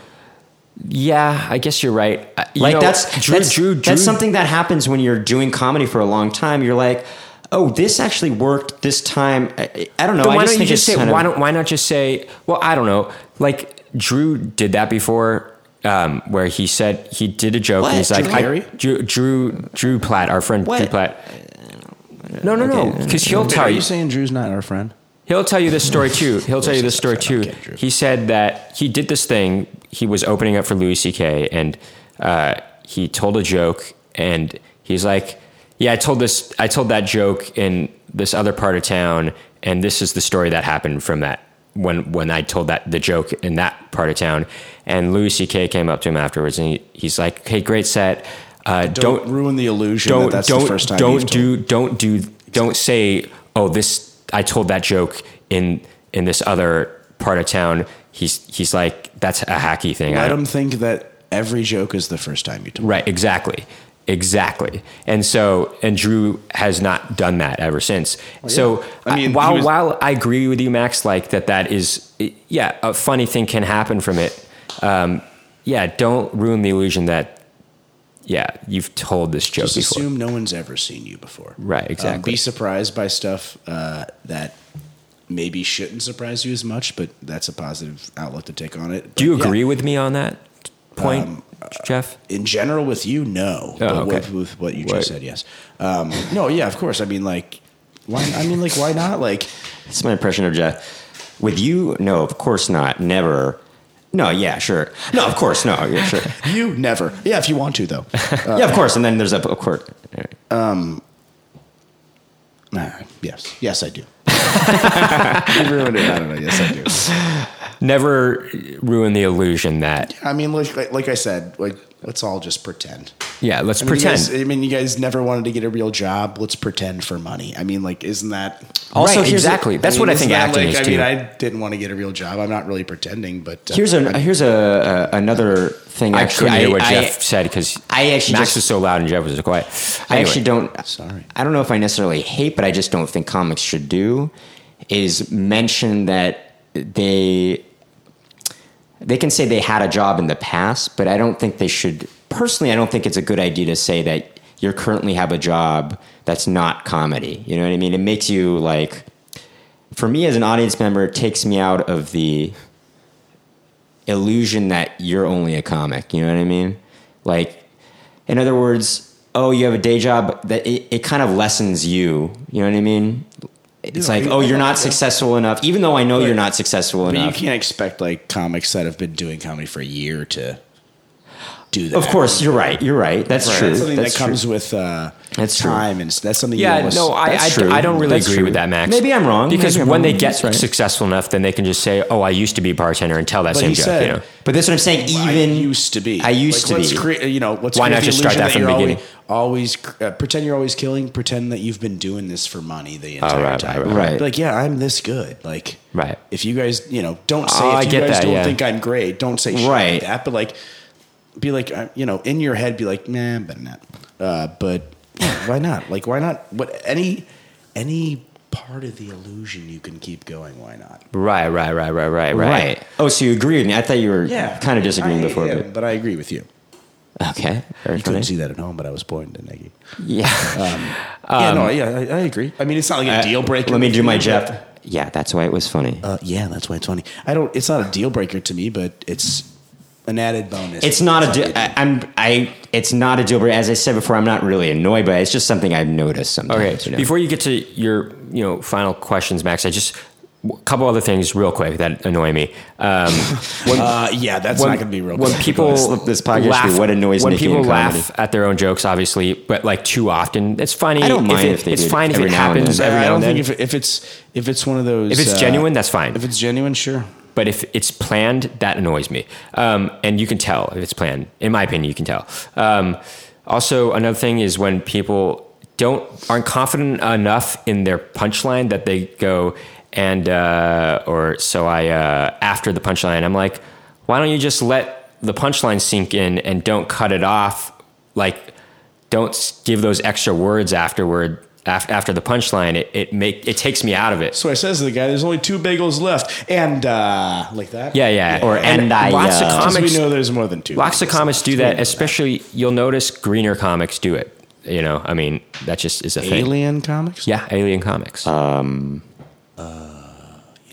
Yeah, I guess you're right. Uh, you like know, that's Drew, that's, Drew, Drew, that's something that happens when you're doing comedy for a long time. You're like, oh, this actually worked this time. I, I don't know. But I why don't just you think just it's say kind why of- don't why not just say well I don't know like Drew did that before um, where he said he did a joke What? and he's like Drew I- Carey? Drew Drew Drew Platt our friend Drew What? Platt. No no no Okay. because he'll Are tell you you saying Drew's not our friend? he'll tell you this story too he'll tell you this story Of course he too does. I don't get Drew. he said that he did this thing he was opening up for Louis C.K. and uh, he told a joke and he's like yeah I told this I told that joke in this other part of town and this is the story that happened from that when when I told that the joke in that part of town and Louis C.K. came up to him afterwards and he, he's like hey great set uh, Don't, don't ruin the illusion don't that that's don't the first time don't you've told do don't do don't say oh this I told that joke in in this other part of town. He's he's like that's a hacky thing. I Let don't- him think that every joke is the first time you told. Right, exactly. Exactly. And so and Drew has not done that ever since. So I I mean, he while was- while I agree with you Max like that that is yeah, a funny thing can happen from it. Um yeah, don't ruin the illusion that yeah, you've told this joke Just before. assume no one's ever seen you before. Right, Um, exactly. be surprised by stuff uh, that maybe shouldn't surprise you as much, but that's a positive outlook to take on it. Do you But yeah, agree with me on that point, Um, Jeff? in general with you? No. Oh, but with- okay. with, what you Right. just said, yes. Um, no, yeah, of course. I mean, like, why? I mean, like, why not? Like, That's my impression of Jeff. With you, no, of course not. Never. No, yeah, sure. No, of course, no, yeah, sure. you never. Yeah, if you want <laughs> to, though. Uh, yeah, of course. And then there's a of course. nah, yes. Yes, I <laughs> do. you ruined it. I don't know. Yes, I do. Never ruin the illusion that I mean, like, like, like I said, like let's all just pretend. yeah, let's I mean, you pretend. guys- I mean, you guys never wanted to get a real job. Let's pretend for money. I mean, like, isn't that also, Right, here's the- exactly. that's mean, what I isn't think that, acting like, is I too. mean, I didn't want to get a real job. I'm not really pretending, but uh, Here's a I- here's a, a another thing. I Actually, couldn't hear what I- Jeff said because I actually Max just- was so loud and Jeff was so quiet. I Anyway, actually don't. Sorry. I don't know if I necessarily hate, but I just don't think comics should do is mention that they they can say they had a job in the past, but I don't think they should. Personally, I don't think it's a good idea to say that you currently have a job that's not comedy. You know what I mean? It makes you like. For me, as an audience member, it takes me out of the illusion that you're only a comic. You know what I mean? Like, in other words, oh, you have a day job. That it, it kind of lessens you. You know what I mean? It's Yeah, like, you- oh, you're yeah. not successful enough, even though I know you're not successful but you enough. can't expect like comics that have been doing comedy for a year to do that. Of course, you're right. You're right. That's Right. true. That's something That's that true. comes with uh, That's true. time, and s- that's something. you Yeah, almost- no, I, That's I, true. I don't really That's agree true. with that, Max. Maybe I'm wrong. Because Maybe I'm when they wrong. get That's right. successful enough, then they can just say, "Oh, I used to be a bartender," and tell that But same he joke. said- you know? But that's what I'm saying. I Even used to be. I used Like, to let's be. Create, you know, let's Why create not the just start illusion that from the you're beginning? Always, always uh, pretend you're always killing. Pretend that you've been doing this for money the entire right, right, time. right, Oh, right. Be Like, yeah, I'm this good. Like, Right. If you guys, you know, don't say Ah, Oh, if I you get guys that, don't yeah. think I'm great. Don't say shit Right. like that. But like, be like, uh, you know, in your head, be like, nah, but not. Uh, but yeah, why not? Like, why not? What any any part of the illusion you can keep going? Why not? right, right, right, right, right, right. right. Oh, so you agree with me? I thought you were kind of disagreeing I- before. yeah, but I agree with you. But okay. Very You couldn't funny. see that at home, but I was born to Nagy. <laughs> Yeah. uh, yeah, no, yeah, I, I agree. I mean, it's not like a deal breaker. Um, uh, Let me do my But- Jeff. Yeah, that's why it was funny. Uh, yeah, that's why it's funny. I don't. It's not a deal breaker to me, but it's an added bonus. it's not a. It's Di- I, like- I'm. I. It's not a deal breaker. As I said before, I'm not really annoyed by it. It's just something I've noticed sometimes. Okay. you know? Before you get to your you know final questions, Max, I just a couple other things real quick that annoy me. Um, when- uh, yeah, that's when, not going to be real. when good. people Slip this podcast laugh, through what annoys when Nikki people in comedy. laugh at their own jokes, obviously, but like too often, it's funny. I don't mind it- if they it's do it fine if every it now and happens then. every I now don't and then. think if, if it's if it's one of those. If it's uh, genuine, that's fine. If it's genuine, sure. but if it's planned, that annoys me. Um, and you can tell if it's planned. In my opinion, you can tell. Um, also, another thing is when people don't aren't confident enough in their punchline that they go and uh, or so I uh, after the punchline, I'm like, why don't you just let the punchline sink in and don't cut it off like don't s- give those extra words afterward after, after the punchline. It it make it takes me out of it. So I says to the guy, "There's only two bagels left," and uh, like that. Yeah, yeah. Or and, and I, lots uh, of 'Cause comics we know there's more than two. Lots of bagels comics left. do We know that, especially you'll notice greener comics do it. You know, I mean, that just is a thing. Alien comics. Yeah, Alien Comics.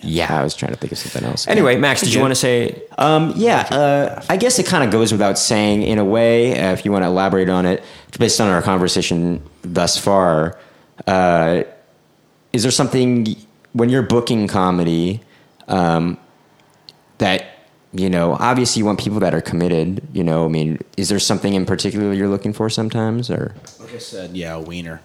Yeah, I was trying to think of something else. anyway, Max, did you want to say? Um, yeah, uh, I guess it kind of goes without saying in a way, uh, if you want to elaborate on it, based on our conversation thus far. Uh, is there something when you're booking comedy um, that, you know, obviously you want people that are committed, you know, I mean, is there something in particular you're looking for sometimes or? Like I said, yeah, a wiener.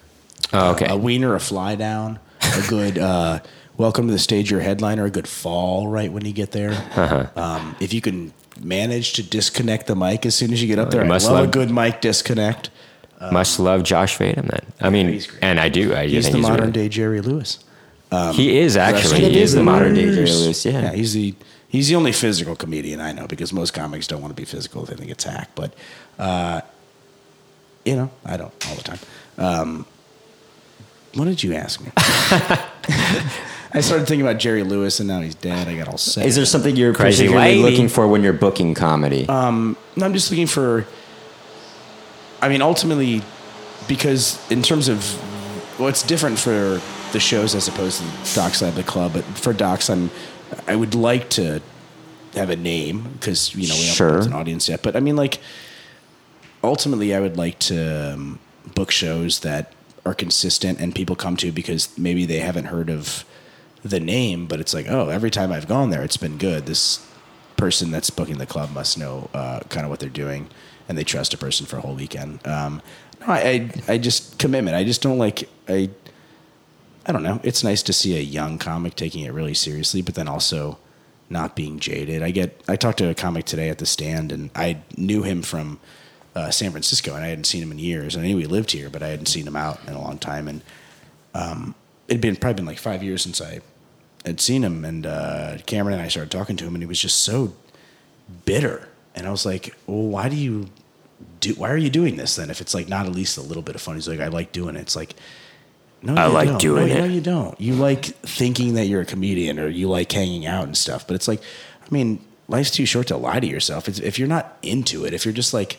Oh, okay. A wiener, a fly down, a good uh, welcome to the stage, your headliner, a good fall right when you get there. Uh-huh. Um, if you can manage to disconnect the mic as soon as you get up there, I Oh, must love a love- good mic disconnect. Must love Josh Vadim then. I mean, he's great. and I do. I He's think the he's modern really- day Jerry Lewis. He is actually. It He is is the a modern day. modern-day Jerry Yes. Lewis, yeah. he's the he's the only physical comedian I know because most comics don't want to be physical; they think it's hack. But uh, you know, I don't all the time. Um, what did you ask me? <laughs> I started thinking about Jerry Lewis, and now he's dead. I got all sad. Is there something you're Crazy lady. particularly looking for when you're booking comedy? Uh, No, I'm just looking for. I mean, ultimately, because in terms of what's different for the shows as opposed to Docs Lab, the club, but for Docs, I'm I would like to have a name because you know we Sure. haven't built an audience yet. But I mean, like ultimately, I would like to um, book shows that are consistent and people come to because maybe they haven't heard of the name, but it's like, oh, every time I've gone there, it's been good. This person that's booking the club must know uh, kind of what they're doing, and they trust a person for a whole weekend. Um, no, I, I, I just commitment. I just don't like I. I don't know. It's nice to see a young comic taking it really seriously, but then also not being jaded. I get. I talked to a comic today at the stand, and I knew him from uh, San Francisco, and I hadn't seen him in years. I knew he lived here, but I hadn't seen him out in a long time, and um, it'd been probably been like five years since I had seen him, and uh, Cameron and I started talking to him, and he was just so bitter, and I was like, "Well, why do you do? Why are you doing this then? If it's like not at least a little bit of fun?" He's like, "I like doing it." It's like, no, I you like don't. doing no, it. No, you don't. You like thinking that you're a comedian, or you like hanging out and stuff. But it's like, I mean, life's too short to lie to yourself. It's, if you're not into it, if you're just like.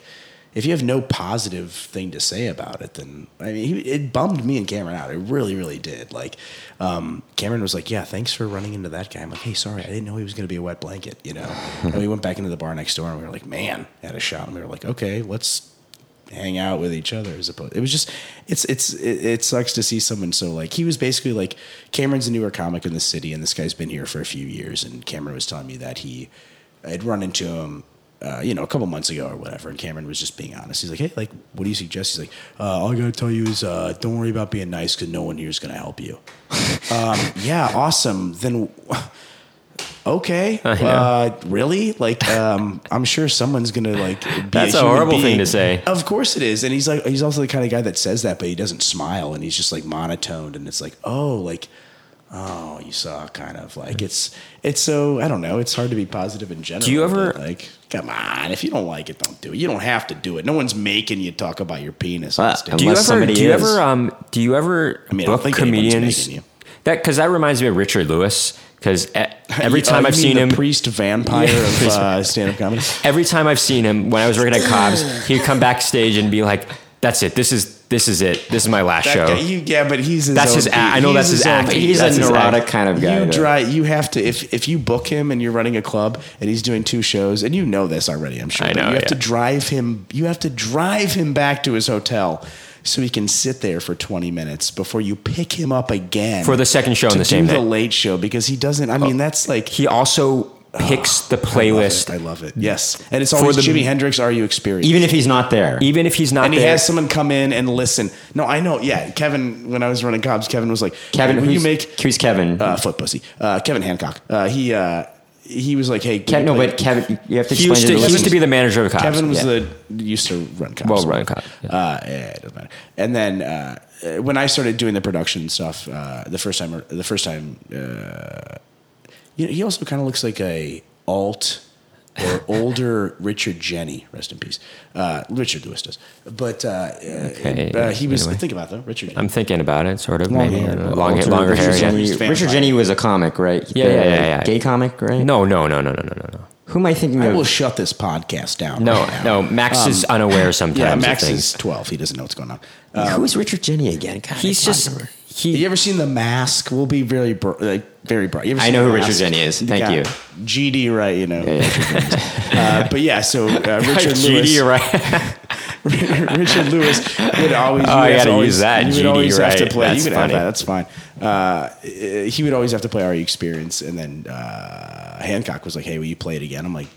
If you have no positive thing to say about it, then I mean, he, it bummed me and Cameron out. It really, really did. Like, um, Cameron was like, "Yeah, thanks for running into that guy." I'm like, "Hey, sorry, I didn't know he was going to be a wet blanket," you know. and we went back into the bar next door, and we were like, "Man," had a shot, and we were like, "Okay, let's hang out with each other." As opposed, it was just, it's, it's, it, it sucks to see someone so like he was basically like Cameron's a newer comic in the city, and this guy's been here for a few years, and Cameron was telling me that he had run into him uh, you know, a couple months ago or whatever, and Cameron was just being honest. He's like, "Hey, like, what do you suggest?" He's like, uh, "All I gotta tell you is, uh, don't worry about being nice because no one here is gonna help you." um, yeah, awesome. Then, <laughs> okay, uh, really? Like, um, I'm sure someone's gonna <laughs> like. Be That's a human horrible thing being. to say. Of course it is, and he's like, he's also the kind of guy that says that, but he doesn't smile, and he's just like monotoned, and it's like, oh, like oh, you saw kind of like it's it's so I don't know. It's hard to be positive in general. Do you ever- but, like? Come on, if you don't like it, don't do it. You don't have to do it. No one's making you talk about your penis. on Uh, stage. Do you Unless ever? somebody Do you is. ever? Um, do you ever mean, I don't book think anyone's comedians? making you. That because that reminds me of Richard Lewis. Because <laughs> every Uh, time you I've mean seen the him, <laughs> priest vampire Yeah, of priest- uh, stand-up comedy. every time I've seen him, when I was working at Cobb's, he'd come backstage and be like, "That's it. This is this is it. This is my last That show." guy- you- yeah, but he's his That's own his pe- act. I know he's that's his own act. pe- He's That's a his neurotic act. kind of guy. You to- dry. You have to if if you book him and you're running a club and he's doing two shows and you know this already. I'm sure. I but know, You have yeah. to drive him. You have to drive him back to his hotel so he can sit there for 20 minutes before you pick him up again For the second show to on the same do day. The late show because he doesn't. I mean, that's like he also picks the playlist, I love it. Yes, and it's always the- Jimi Hendrix. Are you experienced? even if he's not there. even if he's not and there. he has someone come in and listen. No, I know. Yeah, Kevin. When I was running Cobbs, Kevin was like, Kevin, will who's, you make who's Kevin? uh, foot pussy. Uh, Kevin Hancock. Uh, he uh, he was like, hey, can Kevin, you no, play- but Kevin, you have to he explain used to, to the he used listeners. to be the manager of Cobb's. Kevin was yeah. the used to run cops. Well, run cop, yeah. Uh, yeah, it doesn't matter. And then uh, uh, when I started doing the production stuff, uh, the first time, the first time, uh, you know, he also kind of looks like a alt <laughs> or older Richard Jenny, rest in peace. Uh, Richard Lewis does, but uh, Okay, uh, he was. anyway. Think about that, Richard. Jenny. I'm thinking about it, sort of. Long maybe hair. I don't know. Well, long, Walter- longer hair. Richard yeah. Jenny, Vampire. Richard Jenny was a comic, right? Yeah, yeah, yeah, yeah. Gay comic, right? No, no, no, no, no, no, no, no. Who am I thinking I of? will shut this podcast down. No, right now. no. Max is unaware sometimes. Yeah, of Max things. is 12. He doesn't know what's going on. Who's Richard Jenny again? God, He's I can't just remember. he. You ever seen The Mask? We'll be very, br- like, very bright. You ever I seen know The who Richard Mask? Jenny is. The Thank guy- you. GD Wright, you know. <laughs> Uh, but yeah, <laughs> so uh, Richard GD, Lewis. you're right. <laughs> Richard Lewis would always. <laughs> Oh, you I guys gotta always, use that, You would GD always have to Wright. play. That's you could funny. have that. That's fine. Uh, uh, he would always have to play RE Experience, and then uh, Hancock was like, "Hey, will you play it again?" I'm like,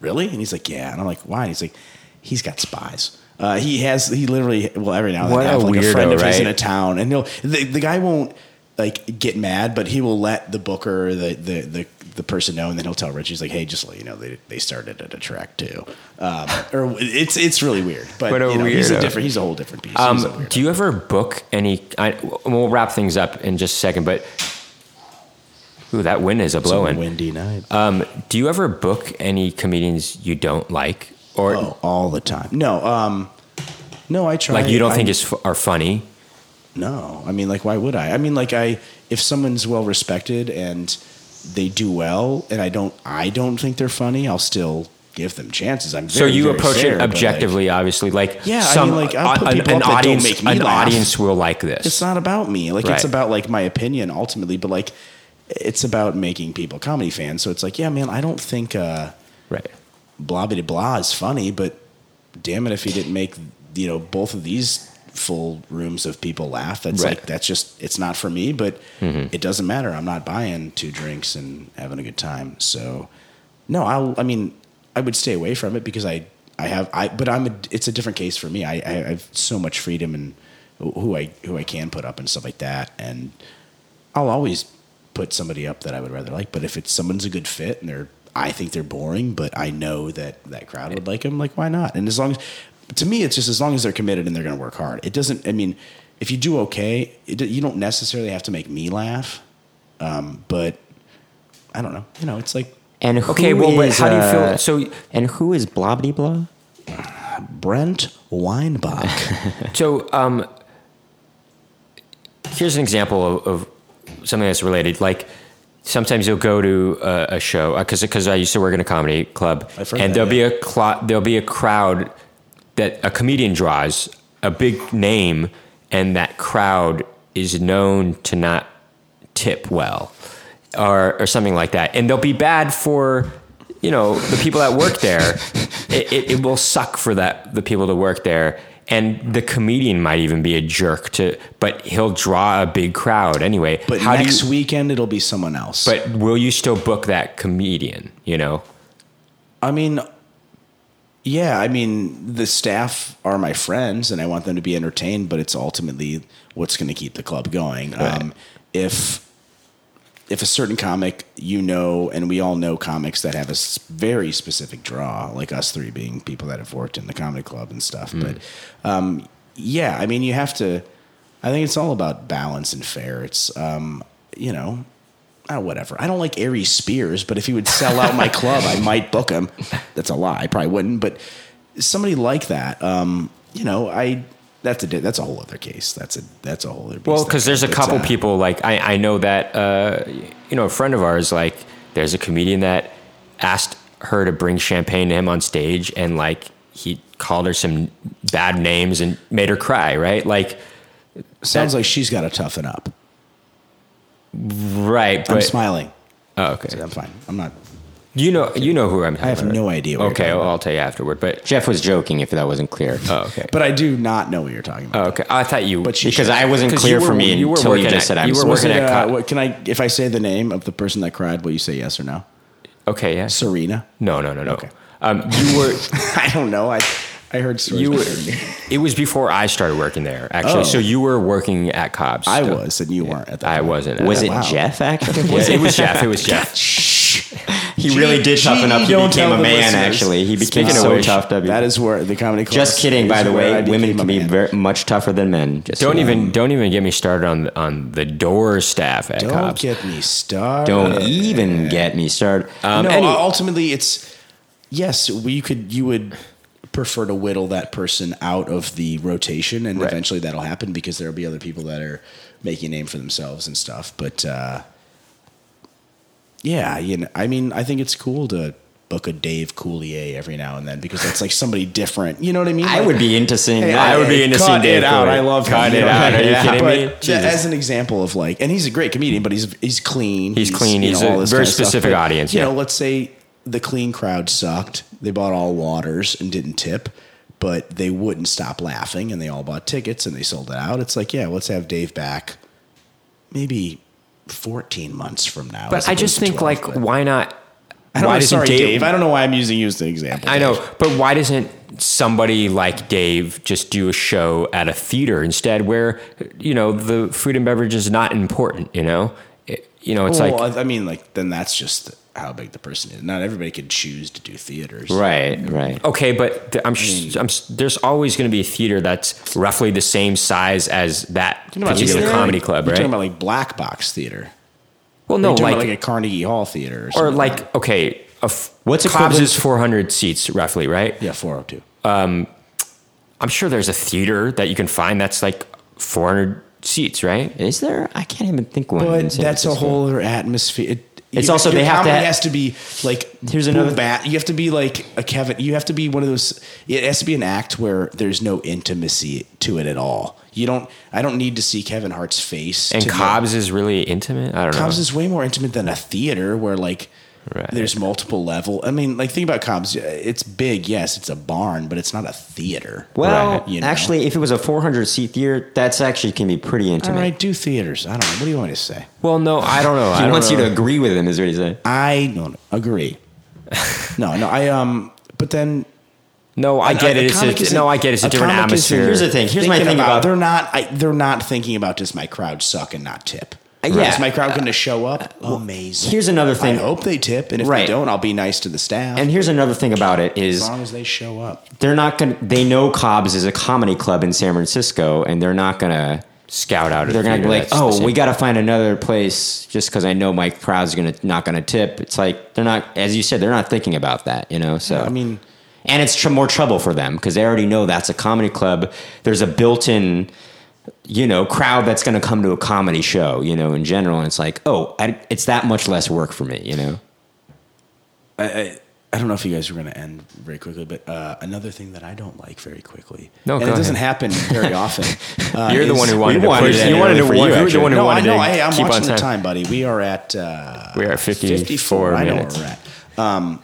"Really?" And he's like, "Yeah." And I'm like, "Why?" And he's like, "He's got spies." Uh, he has. He literally. Well, every now and What then, have a like a friend weirdo, of his in right? a town, and he'll the, the guy won't like get mad, but he will let the booker, the the the, the person know, and then he'll tell Rich, he's like, "Hey, just let you know they they started at a track too." Um, or it's it's really weird, but What a you know, he's a weirdo. different, he's a whole different piece. He's a Um, weirdo. do you ever book any? I, we'll wrap things up in just a second, but ooh, that wind is a It's a blowing. windy night. Um, do you ever book any comedians you don't like, or oh, all the time. No, um, no, I try. like you don't I, think is f- are funny? No, I mean, like, why would I? I mean, like, I if someone's well respected and they do well, and I don't, I don't think they're funny, I'll still give them chances. I'm So very, you very approach fair, it but, like, objectively, obviously. Like Yeah, I some uh, mean, like, I'll an- put an, people an up that don't audience, make me an laugh. audience will like this. it's not about me. Like, Right. it's about like my opinion ultimately, but like, it's about making people comedy fans. So it's like, yeah, man, I don't think. uh right. blah blah blah is funny, but damn it if he didn't make you know both of these full rooms of people laugh. That's Right. like that's just it's not for me, but it doesn't matter. I'm not buying two drinks and having a good time. So no, I I mean I would stay away from it because I I have I but I'm a, it's a different case for me. I, I I have so much freedom and who I who I can put up and stuff like that and I'll always put somebody up that I would rather like. But if it's someone's a good fit and they're, I think they're boring, but I know that that crowd would like them. Like, why not? And as long as, to me, it's just as long as they're committed and they're going to work hard. It doesn't. I mean, if you do okay, it, you don't necessarily have to make me laugh. Um, but I don't know. You know, it's like And who Okay, well, but is, how do you feel- uh, so- and who is Blobby Blah? Brent <laughs> Weinbach. So um, here's an example of, of something that's related. Like sometimes you'll go to a, a show because because I used to work in a comedy club, I've heard and that, there'll yeah. be a clo- there'll be a crowd that a comedian draws a big name, and that crowd is known to not tip well, or or something like that, and they'll be bad for. You know the people that work there. <laughs> it, it, it will suck for that the people to work there, and the comedian might even be a jerk to, but he'll draw a big crowd anyway. But do you- next weekend it'll be someone else. but will you still book that comedian? You know, I mean, yeah, I mean, the staff are my friends and I want them to be entertained, but it's ultimately what's going to keep the club going. Um, if if a certain comic you know, and we all know comics that have a s- very specific draw, like us three being people that have worked in the comedy club and stuff. Hmm. But um, yeah, I mean, you have to. I think it's all about balance and fair. It's um, you know, ah, whatever. I don't like Aries Spears, but if he would sell out my club, I might book him. That's a lie. I probably wouldn't, but somebody like that, um, you know, I. That's a di- that's a whole other case. That's a that's a whole other. beast. well, because there's a It's, couple uh, people like I, I know that uh, you know a friend of ours like there's a comedian that asked her to bring champagne to him on stage, and like he called her some bad names and made her cry. Right, like Sounds like she's got to toughen up. right, I'm but smiling. oh, okay, I'm fine. I'm not. you know you know who I'm. Talking I have about. no idea. What you're Okay, talking well, about. I'll tell you afterward. But Jeff was joking if that wasn't clear. oh, okay, but I do not know what you're talking about. oh, okay. I thought you, But she- because I wasn't 'Cause clear you for were- me you were until you working just at- said I'm you were sorry. Was working it, at uh, co- what, can I? If I say the name of the person that cried, will you say yes or no? <laughs> okay, yeah. Serena. <laughs> No, no, no, no. Okay. Um, you <laughs> were I don't know. I I heard stories you about were, Serena. it was before I started working there actually. Oh. So you were working at Cobb's. I still. was, and you weren't. At that I time. wasn't. at Was that it point. Wow. <laughs> Jeff actually? Yeah, it was Jeff. It was Jeff. he really did toughen Gee, up. He don't became tell a the man. listeners. Actually, he became Speaking of so which, tough. W. That is where the comedy. Club just kidding. is By the where I way, women became can a be man. very much tougher than men. Just so Don't you know. even don't even get me started on on the door staff at Don't Cobb's. get me started. Don't even get me started. Um, no, any- ultimately, it's yes, we could. You would prefer to whittle that person out of the rotation, and Right. eventually that'll happen because there'll be other people that are making a name for themselves and stuff. But uh, yeah, you know, I mean, I think it's cool to book a Dave Coulier every now and then because that's like somebody different. You know what I mean? I Like- would be into seeing Hey, that. I would be into cut seeing Dave it out. Coulier. I love him, Cut you it know? out. Are you Yeah. kidding But me? that- Jesus. As an example of like, and he's a great comedian, but he's he's clean. He's clean. He's a very of stuff. specific But, audience, You yeah. know, let's say the clean crowd sucked. They bought all waters and didn't tip, but they wouldn't stop laughing, and they all bought tickets and they sold it out. It's like, yeah, let's have Dave back, maybe. 14 months from now. as But I opposed just to think 12, like, but- why not? I don't why know, doesn't sorry, Dave, Dave- I don't know why I'm using you as the example. I Dave. know, but why doesn't somebody like Dave just do a show at a theater instead, where you know the food and beverage is not important? You know, It- you know, it's like well, I mean, like then that's just how big the person is. Not everybody could choose to do theaters, Right, Oh. right. okay, but th- I'm, sh- Hmm. I'm s- there's always going to be a theater that's roughly the same size as that You know, like, particular you're comedy talking- club, You're right? talking about like black box theater. well, no, You're talking like, about like a Carnegie Hall theater, or, or something. like okay, a f- What's Cobb's equivalent is 400 seats roughly, right? yeah, four hundred two. I'm sure there's a theater that you can find that's like 400 seats, right? Is there? I can't even think one. in But San that's a Francisco. whole other atmosphere. It, It's your- also- your they have to comedy ha- has to be like Here's another- bat. You have to be like a Kevin. You have to be one of those. It has to be an act where there's no intimacy to it at all. You don't. I don't need to see Kevin Hart's face And to know- Cobb's is really intimate. I don't know. Cobb's is way more intimate than a theater where like Right. there's multiple level. I mean, like think about Cobb's. uh, It's big, yes, it's a barn, but it's not a theater. Well, you know? actually, if it was a 400 seat theater, that's actually can be pretty all intimate. right, do theaters. I don't know. What do you want me to say? Well, no, I don't know. I He don't wants know. you to agree with him, is what he said. I don't <laughs> agree. no, no, I um. But then No, I And get a- a it. It's comic a, isn't- no, I get it. It's a a different comic isn't- atmosphere. Here's the thing. Here's my thinking thing about, they're not I, they're not thinking about does my crowd suck and not tip. Uh, yeah. Is my crowd going to show up? Amazing. here's another I thing. hope they tip, and if Right. they don't, I'll be nice to the staff. And here's another thing about it is as long as they show up. they're not gonna. They know Cobb's is a comedy club in San Francisco, and they're not gonna. Scout out. a They're gonna be theater like, that's the oh, same. we got to find another place just because I know my crowd's gonna not gonna tip. It's like they're not, as you said, they're not thinking about that, you know. So Uh, I mean, and it's tr- more trouble for them because they already know that's a comedy club. There's a built-in, you know, crowd that's going to come to a comedy show, you know, in general. And it's like, oh, I, it's that much less work for me, you know. I, I, I don't know if you guys were going to end very quickly, but uh, another thing that I don't like very quickly, No, and go it doesn't ahead. <laughs> happen very often. uh, You're the is- one who wanted we to wanted push. it You wanted to. early for you you, were the actually. one who no, I wanted know. to Hey, I'm keep on watching time. the time, buddy. We are at uh, We are at 54 I know where minutes. we're <laughs> at. Um,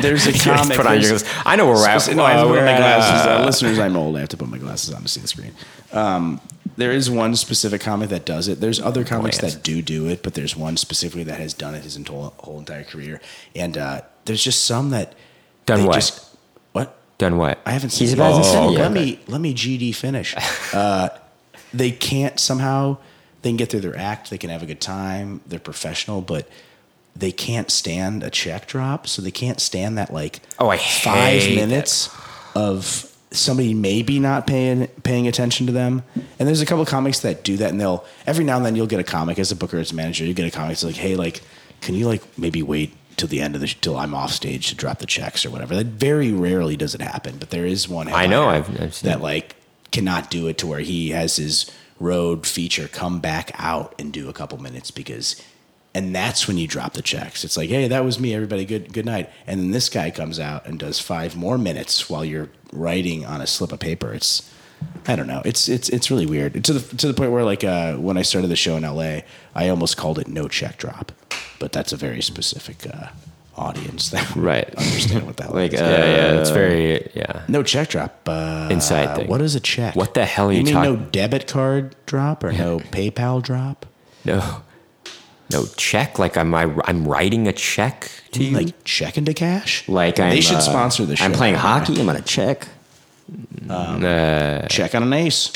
there's a You comic. put on your there's- glasses. I know where we're at. Spec- No, I have Uh, to put we're my at, glasses. uh, Uh, listeners, I'm old. I have to put my glasses on to see the screen. Um, there is one specific comic that does it. There's other comics Lance. that do do it, but there's one specifically that has done it his entire, whole entire career. And uh, there's just some that Done they what? what? Done what? I haven't seen. He's it. about to send oh, you. Let me let me <laughs> GD finish. Uh, they can't somehow. They can get through their act. They can have a good time. They're professional, but they can't stand a check drop. So they can't stand that like Oh, I five hate that. minutes of somebody maybe not paying paying attention to them. And there's a couple of comics that do that, and they'll every now and then you'll get a comic as a booker, as a manager, you get a comic that's like, hey, like, can you like maybe wait till the end of the sh- till I'm off stage to drop the checks or whatever? That very rarely does it happen, but there is one. I know, headliner I've- I've seen that it. like cannot do it to where he has his road feature come back out and do a couple minutes because and that's when you drop the checks. It's like, hey, that was me. Everybody, good good night. And then this guy comes out and does five more minutes while you're writing on a slip of paper. It's I don't know. It's it's it's really weird to the to the point where like uh, when I started the show in L.A., I almost called it no check drop, but that's a very specific uh, audience that would Right. understand what that Like, is. uh, yeah, yeah. It's very yeah. No check drop. Uh, Inside thing. What is a check? What the hell are you mean? talk- No debit card drop or no PayPal drop? No, no check. Like I'm I, I'm writing a check to you. Like check into cash? Like, I'm, they should uh, sponsor the show. I'm playing hockey. I'm gonna check. uh, <laughs> Check on an ace.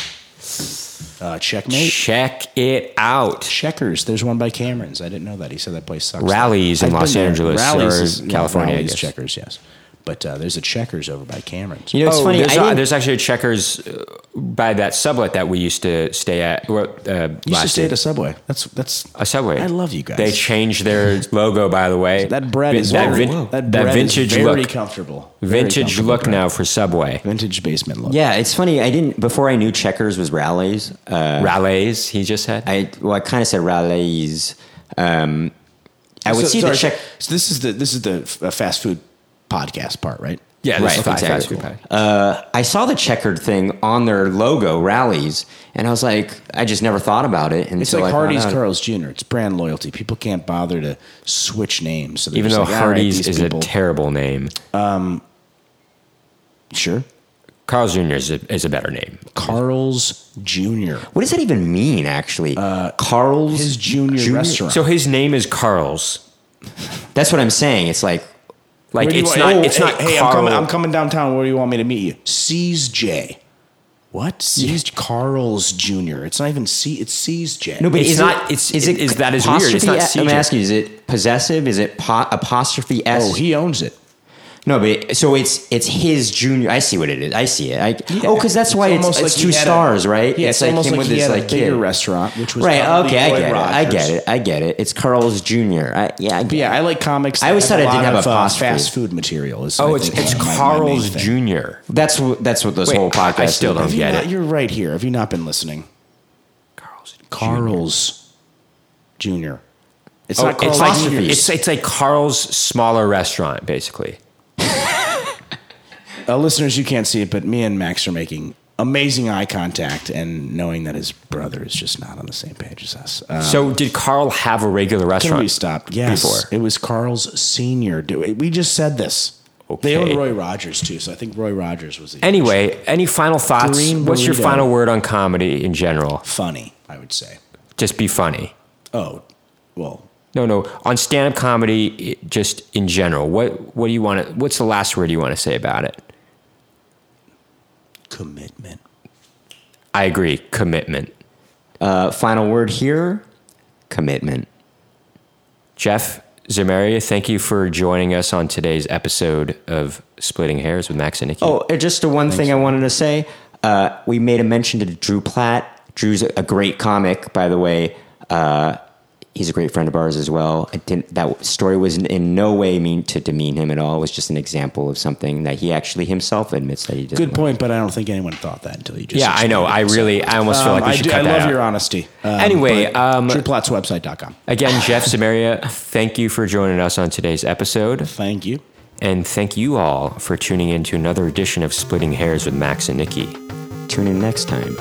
Uh, checkmate. check it out. Checkers. There's one by Cameron's. I didn't know that. He said that place sucks. Rallies in I've Los been there. Angeles Rallies or is- yeah, California, I Rallies guess. checkers. Yes, But uh, there's a Checkers over by Cameron's. You know, it's oh, funny. I There's, a- didn't- there's actually a Checkers uh, by that sublet that we used to stay at. Well, uh, You used to last stay year. at a Subway. That's that's a subway. I love you guys. They changed <laughs> their logo, by the way. that bread Vi- is that, very- vin- whoa. that, bread vintage is very look. comfortable. Very vintage comfortable look bread. now for Subway. Vintage basement look. yeah, it's funny. I didn't before I knew Checkers was Rallies. Uh, Rallets he just had. I well, I kind of said Rallies. Um, I would So- see sorry, the check. So this is the this is the f- uh, fast food podcast part, right? yeah, right, right, fast, exactly. fast food pack. I saw the checkered thing on their logo, Rallies, and I was like, I just never thought about it. It's until I like found Hardee's out. Carl's Jr. It's brand loyalty. People can't bother to switch names. So they're Even just though like, "All right, Hardee's these is people-" a terrible name, sure. Carl's Jr. is a, is a better name. Carl's Jr. What does that even mean, actually? Uh, Uh, Carl's His junior, restaurant. So his name is Carl's. That's what I'm saying. It's like Like Where do you it's want- not. oh, it's hey, not. Hey, Carl. I'm coming. I'm coming downtown. Where do you want me to meet you? C's J. What? C's Carl's Jr. It's not even C. It's C's J. no, but It's is not- It, it's- it- is- that is weird. It's apostrophe e-, not S- I'm CJ. asking. you, Is it possessive? Is it po- apostrophe s? Oh, he owns it. no, but it, so it's it's his junior. I see what it is. I see it. I, Oh, because that's why it's, almost it's like two he had a- stars, right? Yeah, it's, like almost him with like he his had like a bigger kid. restaurant, which was Right. probably Okay, I Lloyd get it. I Rogers. get it. I get it. It's Carl's Junior. I, yeah, I get But yeah, it. I like comics. that I always thought a it didn't lot have of, uh, apostrophe. fast food material. Is oh, I it's think, it's uh, my- my main Carl's thing. Jr. That's wh- that's what this Wait, whole podcast. I still is. don't Have you get not, it. You're right here. Have you not been listening? Carl's. Carl's Jr. It's Oh, not Carl's it's like Jr. it's it's like Carl's smaller restaurant, basically. Uh, listeners, you can't see it, but me and Max are making amazing eye contact and knowing that his brother is just not on the same page as us. Uh, So did Carl have a regular can restaurant? we stop? Yes. Before. It was Carl's senior. Do it. We just said this. They own Okay. Roy Rogers, too, so I think Roy Rogers was the Anyway, any final thoughts? Green What's your burrito. final word on comedy in general? funny, I would say. Just be funny. Oh, well, No, no. On stand-up comedy, i- just in general, what what do you want to? What's the last word you want to say about it? commitment. I agree. Commitment. Uh, final word here: commitment. Jeff Zamaria, thank you for joining us on today's episode of Splitting Hairs with Max and Nikki. Oh, uh, just the one thing I wanted to say. Uh, we made a mention to Drew Platt. Drew's a a great comic, by the way. Uh, he's a great friend of ours as well. I didn't, that story was in, in no way mean to demean him at all. It was just an example of something that he actually himself admits that he did. Good point, but I don't think anyone thought that until you just. yeah, I know. I explained it. really, I almost feel Um, like we I, should do, cut I that love out. your honesty. Um, Anyway, but um, trueplotswebsite.com. Again, Jeff Samaria, thank you for joining us on today's episode. Thank you. And thank you all for tuning in to another edition of Splitting Hairs with Max and Nikki. Tune in next time.